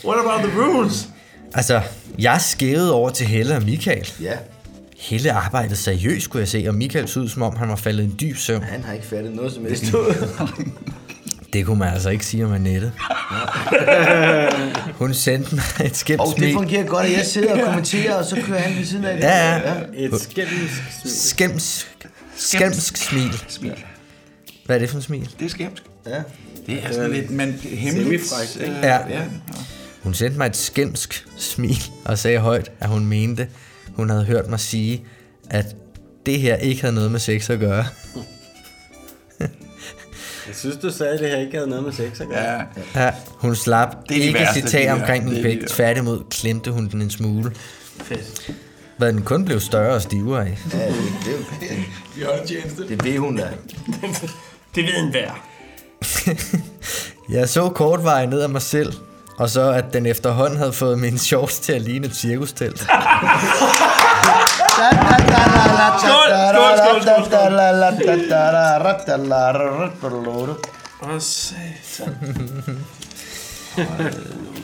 Speaker 12: What about the rules?
Speaker 5: [laughs] Altså, jeg skævede over til Helle og Michael.
Speaker 11: Ja.
Speaker 5: Helle arbejdede seriøst, skulle jeg se, og Michael så ud, som om han var faldet i en dyb søvn.
Speaker 11: Han har ikke fattet noget som helst.
Speaker 5: Det kunne man altså ikke sige om [laughs] Annette. Hun sendte mig et skæmt
Speaker 11: Og det
Speaker 5: smil.
Speaker 11: fungerer godt, at jeg sidder og kommenterer, og så kører han ved siden af det.
Speaker 5: Ja, ja.
Speaker 11: Et skæmsk
Speaker 5: Skæmsk. Skæmsk smil. smil. Hvad er det for en smil?
Speaker 11: Det er skæmsk. Ja.
Speaker 2: Det er sådan lidt, men hemmeligt.
Speaker 11: Semifrækt,
Speaker 2: øh,
Speaker 11: ikke?
Speaker 5: Ja.
Speaker 2: ja.
Speaker 5: Hun sendte mig et skæmsk smil og sagde højt, at hun mente, hun havde hørt mig sige, at det her ikke havde noget med sex at gøre.
Speaker 11: Jeg synes, du sagde, at det her ikke havde noget med sex at gøre. Ja.
Speaker 5: Ja, hun slap
Speaker 11: Det er de
Speaker 5: ikke
Speaker 11: værste,
Speaker 5: sit tag
Speaker 11: de der.
Speaker 5: omkring
Speaker 11: Det
Speaker 5: min
Speaker 11: er de
Speaker 5: pæk.
Speaker 11: der.
Speaker 5: Tværtimod klemte hun den en smule.
Speaker 11: Fedt.
Speaker 5: Hvad den kun blev større og stivere af.
Speaker 11: Ja, det, det, det,
Speaker 2: Vi har en tjeneste.
Speaker 11: det ved hun da.
Speaker 12: [laughs] Det ved en hver.
Speaker 5: [laughs] Jeg så kort vej ned af mig selv, og så at den efterhånden havde fået min shorts til at ligne et cirkustelt.
Speaker 12: Skål, skål, skål, skål, skål.
Speaker 11: Åh, satan.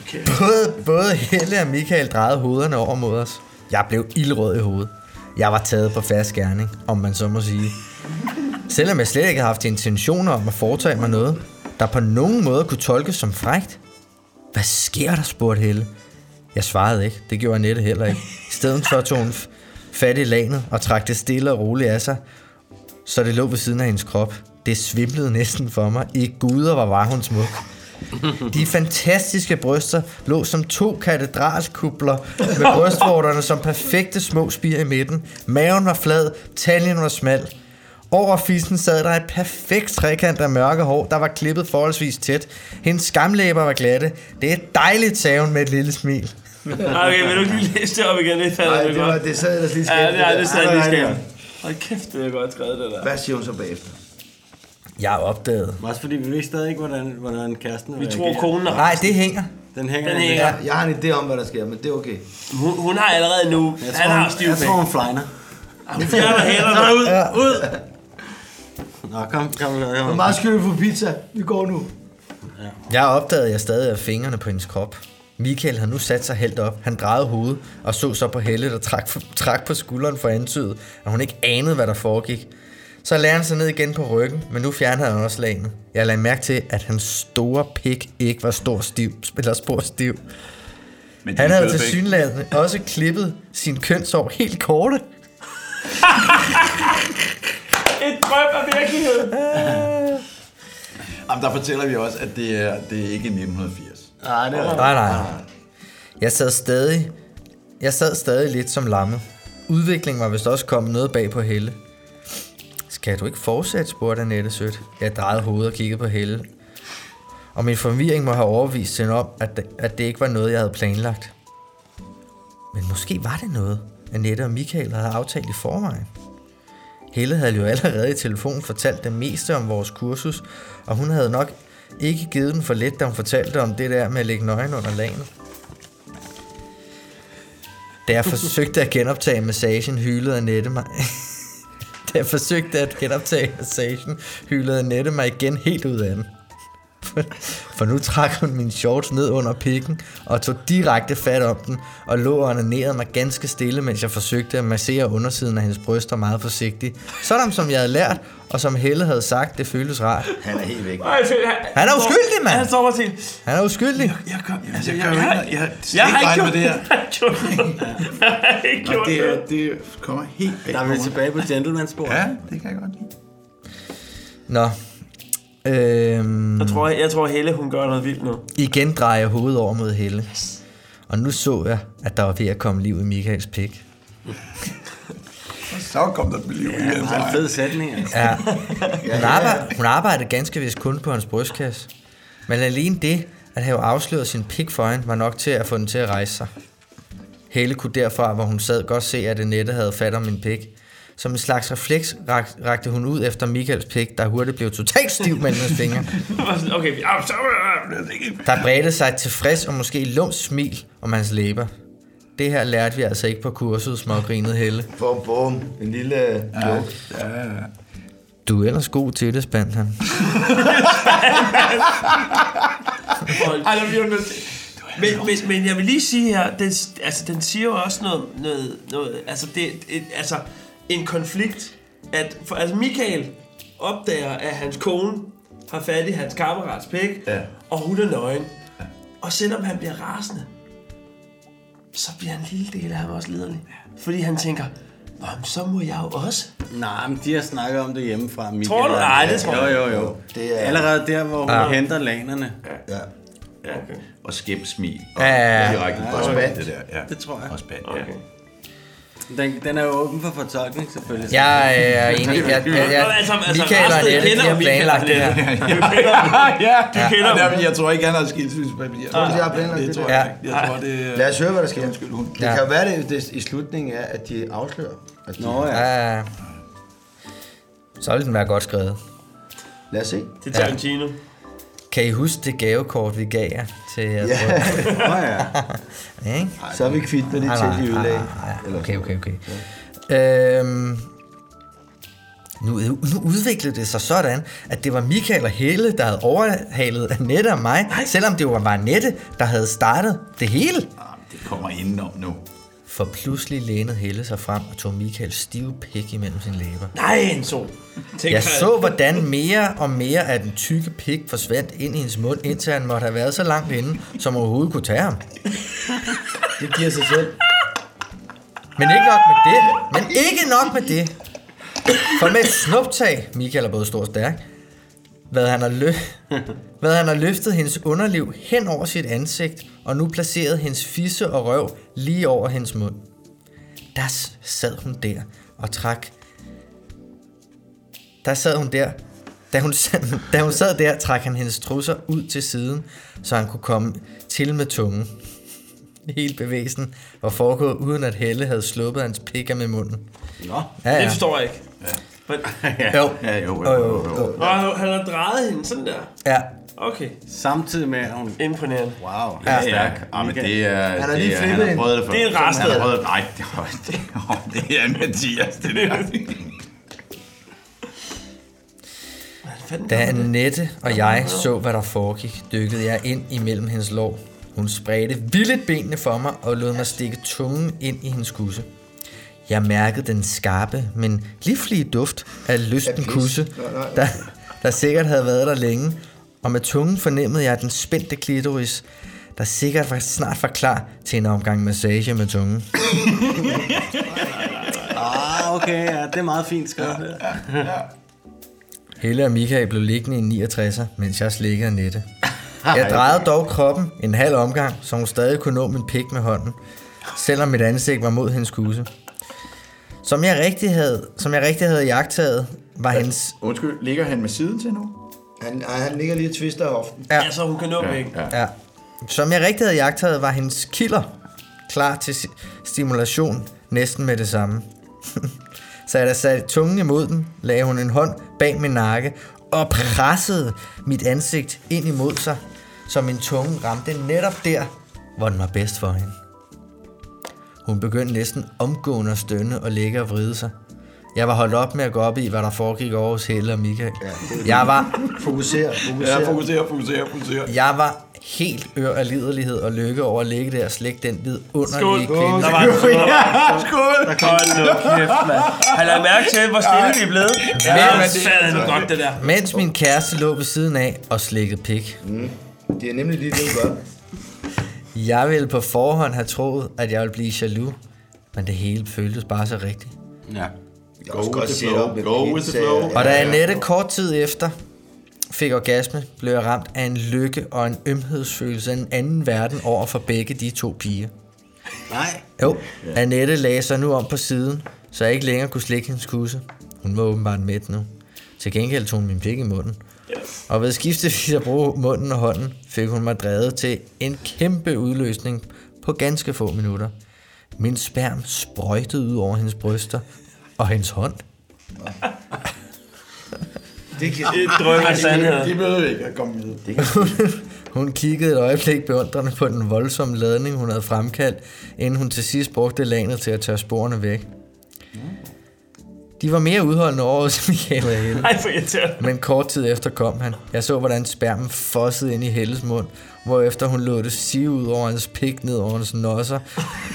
Speaker 11: Okay.
Speaker 5: Både, både Helle og Michael drejede hovederne over mod os. Jeg blev ildrød i hovedet. Jeg var taget på fast gerning, om man så må sige. Selvom jeg slet ikke havde haft intentioner om at foretage mig noget, der på nogen måde kunne tolkes som frægt. Hvad sker der, spurgte Helle. Jeg svarede ikke. Det gjorde Annette heller ikke. I stedet for tog hun f- fat i lanet og trak det stille og roligt af sig, så det lå ved siden af hendes krop. Det svimlede næsten for mig. I guder, hvor var hun smuk. De fantastiske bryster lå som to katedralskubler med brystvorterne som perfekte små spire i midten. Maven var flad, taljen var smal. Over fissen sad der et perfekt trekant af mørke hår, der var klippet forholdsvis tæt. Hendes skamlæber var glatte. Det er dejligt, sagde hun med et lille smil.
Speaker 12: Okay, vil du ikke lige læse det op igen? Det falder
Speaker 11: Nej,
Speaker 12: det
Speaker 11: det var-
Speaker 12: godt.
Speaker 11: det sad ellers lige skævt,
Speaker 12: Ja, det,
Speaker 11: det
Speaker 12: ja,
Speaker 11: der.
Speaker 12: det sad
Speaker 11: Nej,
Speaker 12: lige
Speaker 11: nej,
Speaker 12: skævt.
Speaker 11: nej.
Speaker 12: Hold kæft, det er godt skrevet, det der.
Speaker 11: Hvad siger hun så bagefter?
Speaker 5: Jeg opdagede.
Speaker 11: Også fordi vi ved stadig ikke, hvordan, hvordan kæresten
Speaker 12: Vi tror, konen er-
Speaker 5: Nej, det hænger.
Speaker 11: Den hænger.
Speaker 12: Den hænger.
Speaker 11: Ja, Jeg har en idé om, hvad der sker, men det er okay.
Speaker 12: Hun, hun har allerede nu...
Speaker 11: Jeg
Speaker 12: han
Speaker 11: tror,
Speaker 12: har
Speaker 11: hun-
Speaker 12: stiv
Speaker 11: jeg tror, hun
Speaker 12: flyner. Hun fjerner hænderne ud. Ud.
Speaker 11: Nå, kom, kom. Hvor meget skal vi få pizza? Vi går nu.
Speaker 5: Jeg opdagede, at jeg stadig havde fingrene på hendes krop. Michael havde nu sat sig helt op. Han drejede hovedet og så så på Helle, der trak, trak på skulderen for at antyde, at hun ikke anede, hvad der foregik. Så lagde han sig ned igen på ryggen, men nu fjernede han også lagene. Jeg lagde mærke til, at hans store pik ikke var stor stiv, eller spor stiv.
Speaker 17: Men
Speaker 5: han
Speaker 17: din
Speaker 5: havde
Speaker 17: fede
Speaker 5: til
Speaker 17: pik.
Speaker 5: synlædende også klippet sin kønsår helt korte.
Speaker 12: Et drøm af virkelighed.
Speaker 17: Jamen, der fortæller vi også, at det er, det er ikke 1980.
Speaker 5: Nej, det er nej, nej. Jeg sad stadig, jeg sad stadig lidt som lamme. Udviklingen var vist også kommet noget bag på Helle. Skal du ikke fortsætte, spurgte Annette sødt. Jeg drejede hovedet og kiggede på Helle. Og min forvirring må have overvist hende om, at det, at det ikke var noget, jeg havde planlagt. Men måske var det noget, Annette og Michael havde aftalt i forvejen. Helle havde jo allerede i telefonen fortalt det meste om vores kursus, og hun havde nok ikke givet den for let, da hun fortalte om det der med at lægge nøgen under lagen. Da jeg forsøgte at genoptage massagen, hylede Annette mig. [laughs] da jeg forsøgte at genoptage massagen, hylede Annette mig igen helt ud af den. For nu trak hun min shorts ned under pikken og tog direkte fat om den og lå og onanerede mig ganske stille, mens jeg forsøgte at massere undersiden af hendes bryster meget forsigtigt. Sådan som jeg havde lært, og som Helle havde sagt, det føltes rart.
Speaker 17: Han er helt væk.
Speaker 5: Han er uskyldig, mand!
Speaker 12: Han Altså- står bare til.
Speaker 5: Han er uskyldig.
Speaker 12: Jeg,
Speaker 17: kom,
Speaker 12: altså,
Speaker 17: jeg gør jo ikke noget. Jeg har slet ikke regnet med det her.
Speaker 12: Jeg har ikke gjort det. [laughs] Jeg har ikke gjort det.
Speaker 17: det kommer helt
Speaker 13: Der er vi tilbage på gentleman-sporet.
Speaker 17: Ja, det kan jeg godt lide.
Speaker 5: Nå. Øhm,
Speaker 12: Jeg tror, jeg, jeg tror Helle, hun gør noget vildt nu.
Speaker 5: Igen drejer jeg hovedet over mod Helle. Og nu så jeg, at der var ved at komme liv i Michaels pik.
Speaker 17: [laughs] Så kom der liv i den.
Speaker 13: Det er en fed sætning, altså. [laughs]
Speaker 5: Ja. Hun, arbejder, hun arbejdede ganske vist kun på hans brystkasse. Men alene det, at have afsløret sin pik for hende, var nok til at få den til at rejse sig. Helle kunne derfra, hvor hun sad, godt se, at Annette havde fat om min pik. Som en slags refleks rak, rakte hun ud efter Michaels pik, der hurtigt blev totalt stiv mellem hendes fingre.
Speaker 12: [laughs] Okay, vi ah, så-
Speaker 5: Der bredte sig et tilfreds og måske lumt smil om hans læber. Det her lærte vi altså ikke på kurset, smågrinede Helle.
Speaker 7: Bum, bum. En lille... øh, Ja.
Speaker 5: Du er ellers god til det, spandt han.
Speaker 12: Ej, der bliver noget... Men, men, men jeg vil lige sige her, den, altså, den siger jo også noget, noget, noget altså, det, et, altså en konflikt, at for, altså Michael opdager, at hans kone har fat i hans kammerats pæk,
Speaker 17: Ja.
Speaker 12: og hun er nøgen. Og selvom han bliver rasende, så bliver en lille del af ham også liderlig. Fordi han tænker, Nå, men så må jeg jo også.
Speaker 11: Nej, men de har snakket om det hjemmefra. Michael.
Speaker 12: Tror du? Nej, det tror jeg
Speaker 11: Jo, jo, jo.
Speaker 7: Det er-
Speaker 11: Allerede der, hvor hun
Speaker 7: Ja.
Speaker 11: ja. henter lanerne.
Speaker 7: Ja.
Speaker 12: Okay.
Speaker 17: Og skæmt smil.
Speaker 5: Ja, ja, ja.
Speaker 17: Direkte
Speaker 11: Ja,
Speaker 17: ja,
Speaker 11: og
Speaker 17: ja,
Speaker 11: spand.
Speaker 17: det der. Ja.
Speaker 11: Det tror jeg.
Speaker 17: Og spand, ja.
Speaker 11: Den, den er jo åben for fortolkning, selvfølgelig.
Speaker 5: Jeg er enig. Jeg, jeg, jeg,
Speaker 12: altså,
Speaker 5: Michael og Annette, de har planlagt det her.
Speaker 17: ja,
Speaker 5: du kender
Speaker 17: og
Speaker 5: dem.
Speaker 17: derfor, Jeg tror ikke, han har skilsmissepapir.
Speaker 7: Tror du, de har planlagt det?
Speaker 17: Det tror
Speaker 7: Ja.
Speaker 17: jeg ikke. Jeg tror, det...
Speaker 7: Lad os høre, hvad der sker. Undskyld, hun. Det
Speaker 5: Ja.
Speaker 7: kan være, det, det i slutningen er, at de afslører. Altså, At de...
Speaker 11: Nå, ja.
Speaker 5: Ja, ja. Så ville den være godt skrevet.
Speaker 7: Lad os se.
Speaker 12: Det er Tarantino.
Speaker 5: Kan I huske det gavekort, vi gav jer til jeres
Speaker 7: Ja. Nå ja.
Speaker 5: [laughs] Ikke?
Speaker 7: Så er vi kvitt med de
Speaker 5: Ah,
Speaker 7: ting,
Speaker 5: nej,
Speaker 7: de
Speaker 5: ah,
Speaker 7: ødelagde.
Speaker 5: ah, ah, Okay, okay, okay. Øhm, nu, nu udviklede det sig sådan, at det var Michael og Helle, der havde overhalet Annette og mig, Nej. selvom det var Annette, der havde startet det hele.
Speaker 17: Det kommer indenom nu.
Speaker 5: For pludselig lænede Helle sig frem og tog Michaels stive pik imellem sine læber.
Speaker 12: Nej, en sol. Tænker
Speaker 5: Jeg så, hvordan mere og mere af den tykke pik forsvandt ind i hendes mund, indtil han måtte have været så langt inde, som overhovedet kunne tage ham. Det giver sig selv. Men ikke nok med det. Men ikke nok med det. For med et snuptag, Michael er både stor og stærk, hvad han, har lø- hvad han har løftet hendes underliv hen over sit ansigt, og nu placeret hendes fisse og røv lige over hendes mund. Der s- sad hun der og trak der sad hun der. Da hun, sad- da hun sad der, trak han hendes trusser ud til siden, så han kunne komme til med tungen. Helt bevægelsen var foregået, uden at Helle havde sluppet hans pikker med munden.
Speaker 12: Nå,
Speaker 5: Ja, ja.
Speaker 12: det forstår jeg ikke. Men,
Speaker 5: Jo.
Speaker 11: Ja, jo,
Speaker 5: jo, jo, jo.
Speaker 12: Nå, han- han har drejet hende sådan der.
Speaker 5: Ja.
Speaker 12: Okay.
Speaker 11: Samtidig med, at hun...
Speaker 12: Imponerende.
Speaker 11: Wow.
Speaker 17: Ja, ja. Ja, men det er...
Speaker 11: Han
Speaker 12: har
Speaker 17: det
Speaker 12: lige
Speaker 17: er-
Speaker 12: flippet
Speaker 17: Han har
Speaker 12: en.
Speaker 17: prøvet det før.
Speaker 12: Det er en rastet.
Speaker 17: Han har prøvet... Nej, det var det. åh, Det er Mathias, det der.
Speaker 5: Da Annette og jeg så, hvad der foregik, dykkede jeg ind imellem hendes lår. Hun spredte vildt benene for mig og lod mig stikke tungen ind i hendes kusse.
Speaker 11: Jeg mærkede den skarpe, men livlige duft af lysten kusse, der, der sikkert havde været der længe, og med tungen fornemmede jeg den spændte klitoris, der sikkert var, snart var klar til en omgang massage med tungen.
Speaker 18: Ah, okay, ja, det er meget fint skrevet. Ja, ja,
Speaker 11: Helle og Michael blev liggende i 69, mens jeg slikkede Nette. Jeg drejede dog kroppen en halv omgang, så hun stadig kunne nå min pik med hånden, selvom mit ansigt var mod hendes kuse. Som jeg rigtig havde, som jeg rigtig havde jagtet, var hendes...
Speaker 9: Undskyld, ligger han med siden til nu?
Speaker 5: Han, ej, han ligger lige og twister hoften.
Speaker 11: Ja.
Speaker 5: ja, så hun kan nå ja, ja.
Speaker 11: Ja. Som jeg rigtig havde jagtet, var hendes kilder klar til si- stimulation næsten med det samme. [laughs] så jeg da satte tungen imod den, lagde hun en hånd bag min nakke og pressede mit ansigt ind imod sig, så min tunge ramte netop der, hvor den var bedst for hende. Hun begyndte næsten omgående at stønne og ligge og vride sig. Jeg var holdt op med at gå op i, hvad der foregik over hos Helle og Michael. Jeg var
Speaker 5: Fokuser, fokuser.
Speaker 9: Ja, fokuser, fokuser, fokuser.
Speaker 11: jeg var helt ør af liderlighed og lykke over at ligge der og slække den vid under
Speaker 12: Skål.
Speaker 11: lige
Speaker 12: Åh,
Speaker 11: kvinde.
Speaker 12: der var en skål. Ja,
Speaker 9: skål.
Speaker 12: Hold nu kæft, mand. Har I lagt mærke til, hvor stille vi er blevet? Ja,
Speaker 11: Ja,
Speaker 12: men
Speaker 11: men
Speaker 12: det
Speaker 11: det-
Speaker 12: er det godt, det der.
Speaker 11: Mens min kæreste lå ved siden af og slikkede pik.
Speaker 5: Mm. Det er nemlig lige det, du gør.
Speaker 11: Jeg ville på forhånd have troet, at jeg ville blive jaloux, men det hele føltes bare så rigtigt.
Speaker 2: Ja.
Speaker 5: Go with the flow. Go with the flow.
Speaker 11: Og da Annette kort tid efter fik orgasme, blev jeg ramt af en lykke og en ømhedsfølelse af en anden verden over for begge de to piger.
Speaker 5: Nej.
Speaker 11: Jo, Annette lagde sig nu om på siden, så jeg ikke længere kunne slikke hendes kusse. Hun var åbenbart mæt nu. Til gengæld tog hun min pik i munden. Og ved skiftevis at bruge munden og hånden, fik hun mig drevet til en kæmpe udløsning på ganske få minutter. Min sperm sprøjtede ud over hendes bryster og hendes hånd.
Speaker 5: Det kan
Speaker 12: Et drøm af sandhed.
Speaker 9: Det behøver ikke at komme med. Det
Speaker 11: Hun kiggede et øjeblik beundrende på den voldsomme ladning, hun havde fremkaldt, inden hun til sidst brugte lanet til at tørre sporene væk. De var mere udholdende over hos Michael og Helle.
Speaker 12: Ej, for irriterende.
Speaker 11: Men kort tid efter kom han. Jeg så, hvordan spermen fossede ind i Helles mund, hvorefter hun lod det sive ud over hans pik ned over hans nosser,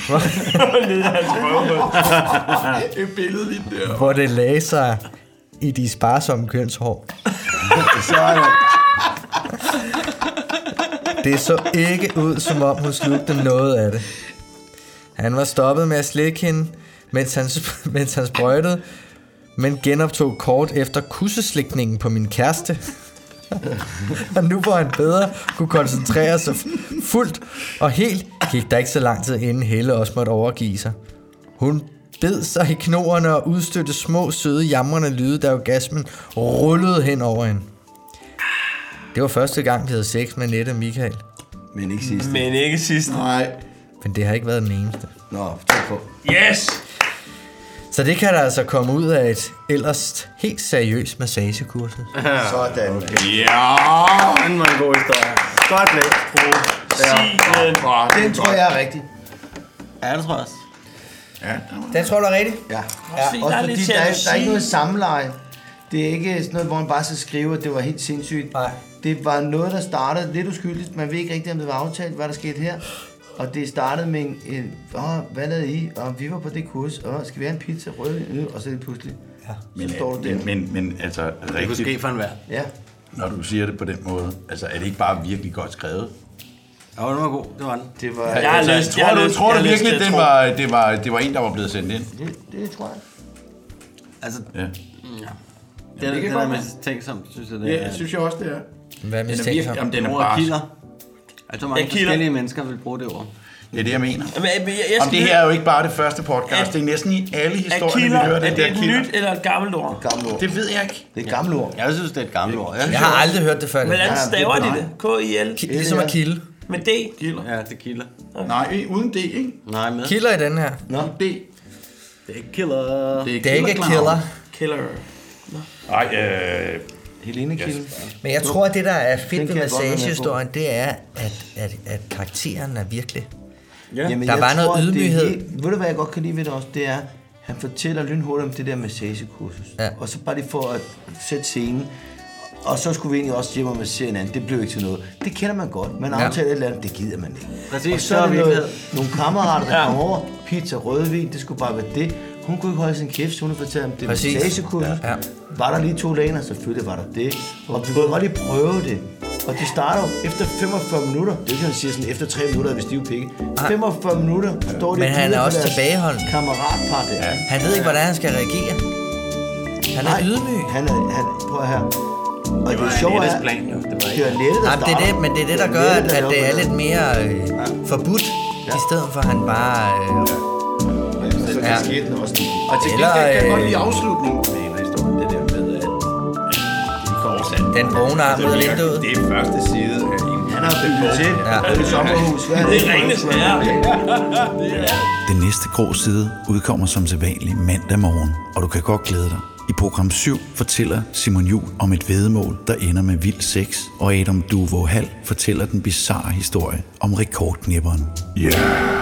Speaker 11: hvor,
Speaker 12: Nede af hans røvhul.
Speaker 9: Et billede lige der.
Speaker 11: hvor det lagde sig i de sparsomme kønshår.
Speaker 9: Sådan.
Speaker 11: Det så ikke ud, som om hun slugte noget af det. Han var stoppet med at slikke hende, mens han, [laughs] mens han sprøjtede, men genoptog kort efter kusseslikningen på min kæreste. og nu hvor han bedre kunne koncentrere sig
Speaker 5: øh,
Speaker 11: fuldt og helt, gik der ikke så lang tid inden Helle også måtte overgive sig. Hun bed sig i knoerne og udstødte små, søde, jamrende lyde, da orgasmen rullede hen over hende. Det var første gang, vi havde sex med Nette og Michael.
Speaker 2: Men ikke sidste.
Speaker 12: Men ikke sidst.
Speaker 2: Nej.
Speaker 11: Men det har ikke været den eneste.
Speaker 2: Nå, tæt på.
Speaker 12: Yes!
Speaker 11: Så det kan der altså komme ud af et ellers helt seriøst massagekursus.
Speaker 5: Sådan.
Speaker 2: Ja, han var en god historie. Godt blæk.
Speaker 5: Den tror jeg er rigtig. Ja, det tror jeg også.
Speaker 2: Ja.
Speaker 11: Den tror du er rigtig?
Speaker 5: Ja.
Speaker 18: Fint,
Speaker 5: ja
Speaker 18: der
Speaker 5: også
Speaker 18: er lidt
Speaker 5: fordi der, er, der er
Speaker 18: jalousi.
Speaker 5: ikke noget samleje. Det er ikke sådan noget, hvor man bare skal skrive, at det var helt sindssygt. Nej. Det var noget, der startede lidt uskyldigt. Man ved ikke rigtig, om det var aftalt, hvad der skete her. Og det startede med en, en åh, hvad lavede I? Og vi var på det kurs, og skal vi have en pizza rød? Øh, og så lige pludselig, ja.
Speaker 2: Men,
Speaker 5: så står
Speaker 18: øh,
Speaker 5: du der.
Speaker 2: men, men, men altså, rigtigt.
Speaker 19: kunne ske for enhver.
Speaker 5: Ja.
Speaker 2: Når du siger det på den måde, altså er det ikke bare virkelig godt skrevet? Altså,
Speaker 18: Ja, den var god. Det var den.
Speaker 5: Det var...
Speaker 18: Jeg
Speaker 12: Altså,
Speaker 18: har lyst.
Speaker 2: tror
Speaker 18: jeg har
Speaker 2: du,
Speaker 18: lyst-
Speaker 2: tror
Speaker 18: jeg
Speaker 2: du
Speaker 18: har lyst
Speaker 2: virkelig,
Speaker 18: til at
Speaker 2: det
Speaker 18: tro.
Speaker 2: var, det, var, det var en, der var blevet sendt ind?
Speaker 5: Det, det tror jeg.
Speaker 18: Altså,
Speaker 2: Ja.
Speaker 18: ja. Det
Speaker 9: Jamen,
Speaker 18: er det,
Speaker 9: det kan
Speaker 18: det
Speaker 9: godt
Speaker 18: der
Speaker 9: være.
Speaker 18: mistænksomt, synes jeg, det
Speaker 9: Ja, det synes jeg også, det er.
Speaker 11: Hvad
Speaker 2: Den er mistænker? virkelig- jamen, den er bare-
Speaker 18: kilder. Jeg tror, mange
Speaker 2: Jeg kilder.
Speaker 18: forskellige mennesker vil bruge det ord.
Speaker 2: Det er det, jeg mener.
Speaker 12: Jamen, jeg, jeg, jeg
Speaker 2: Om det her er jo ikke bare det første podcast, det er næsten i alle
Speaker 12: Er
Speaker 2: historier, vi
Speaker 12: kilder,
Speaker 2: hører
Speaker 12: er
Speaker 2: den
Speaker 12: det
Speaker 2: der
Speaker 12: et
Speaker 2: kilder.
Speaker 12: nyt eller et gammelt ord?
Speaker 5: Gammelt ord.
Speaker 2: Det ved jeg ikke.
Speaker 5: Det er et gammelt ord.
Speaker 18: Jeg synes, det er et gammelt ord.
Speaker 11: Jeg har aldrig hørt det før.
Speaker 12: Men Hvordan staver de det? K-I-L?
Speaker 11: Ki- Ligesom at kilde.
Speaker 12: Med D?
Speaker 18: Kilder. Ja, det kilder.
Speaker 9: Nej, uden D, ikke?
Speaker 18: Nej, med.
Speaker 11: Kilder i den her.
Speaker 9: Nå. D.
Speaker 18: Det er ikke killer.
Speaker 11: Det er ikke killer.
Speaker 12: Killer.
Speaker 2: Nej, øh...
Speaker 5: Helene Kilde.
Speaker 11: Men jeg tror, at det, der er fedt
Speaker 5: Den
Speaker 11: ved
Speaker 5: kan jeg godt være med på.
Speaker 11: massagehistorien, det er, at, at, at karakteren er virkelig.
Speaker 5: Ja.
Speaker 11: Der var noget
Speaker 5: at det er
Speaker 11: ydmyghed.
Speaker 5: helt- Ved du, hvad jeg godt kan lide ved det også? Det er, han fortæller lynhurtigt om det der massagekursus. Ja. Og så bare lige for at sætte scenen. Og så skulle vi egentlig også hjem og massere hinanden. Det blev ikke til noget. Det kender man godt. Man
Speaker 18: Ja.
Speaker 5: aftaler et eller andet. Det gider man ikke.
Speaker 18: Præcis,
Speaker 5: og så
Speaker 18: så
Speaker 5: er
Speaker 18: er
Speaker 5: det
Speaker 18: vi
Speaker 5: noget,
Speaker 18: glade.
Speaker 5: nogle kammerater, der
Speaker 18: Ja.
Speaker 5: kommer over. Pizza, rødvin. Det skulle bare være det. Hun kunne ikke holde sin kæft, så hun havde fortalt om det
Speaker 11: Præcis.
Speaker 5: massagekursus.
Speaker 11: Ja, ja.
Speaker 5: Var der lige to laner? Selvfølgelig var der det. Og vi kunne godt lige prøve det. Og det starter jo efter 45 minutter. Det er jo ikke, han siger sådan, efter 3 minutter er vi stive pikke. 45 minutter står det
Speaker 11: Men han er også
Speaker 5: tilbageholdt. Kammeratpar der. Ja.
Speaker 11: Han ved ikke, hvordan han skal reagere. Han er
Speaker 5: ydmyg. Han er, han, prøv at høre. Og det,
Speaker 11: var
Speaker 5: sjove er,
Speaker 11: Alettes plan, jo. Det var
Speaker 5: det
Speaker 11: ikke-
Speaker 5: er Alette, der
Speaker 11: Jamen, det er
Speaker 5: starter.
Speaker 11: det, men det er det, der gør,
Speaker 5: Alette,
Speaker 11: at- at
Speaker 5: laver
Speaker 11: det er
Speaker 5: noget.
Speaker 11: lidt mere øh, forbudt, i stedet for at han bare... Øh,
Speaker 5: Så
Speaker 11: Ja.
Speaker 5: det skete noget sådan.
Speaker 11: Og til Eller, gengæld kan jeg godt øh, lide
Speaker 12: afslutningen af hele historien, det der med, at de får sat.
Speaker 11: Den brune arm ud af vinduet.
Speaker 12: Det er første side af en.
Speaker 5: Han har bygget til.
Speaker 11: Ja.
Speaker 5: Det er et sommerhus. Hvad er
Speaker 12: Det er ringende
Speaker 2: Den næste grå side udkommer som sædvanlig mandag morgen, og du kan godt glæde dig. I program 7 fortæller Simon Jul om et vedemål, der ender med vild sex, og Adam Duvo Hall fortæller den bizarre historie om rekordknipperen.
Speaker 1: Ja. Yeah.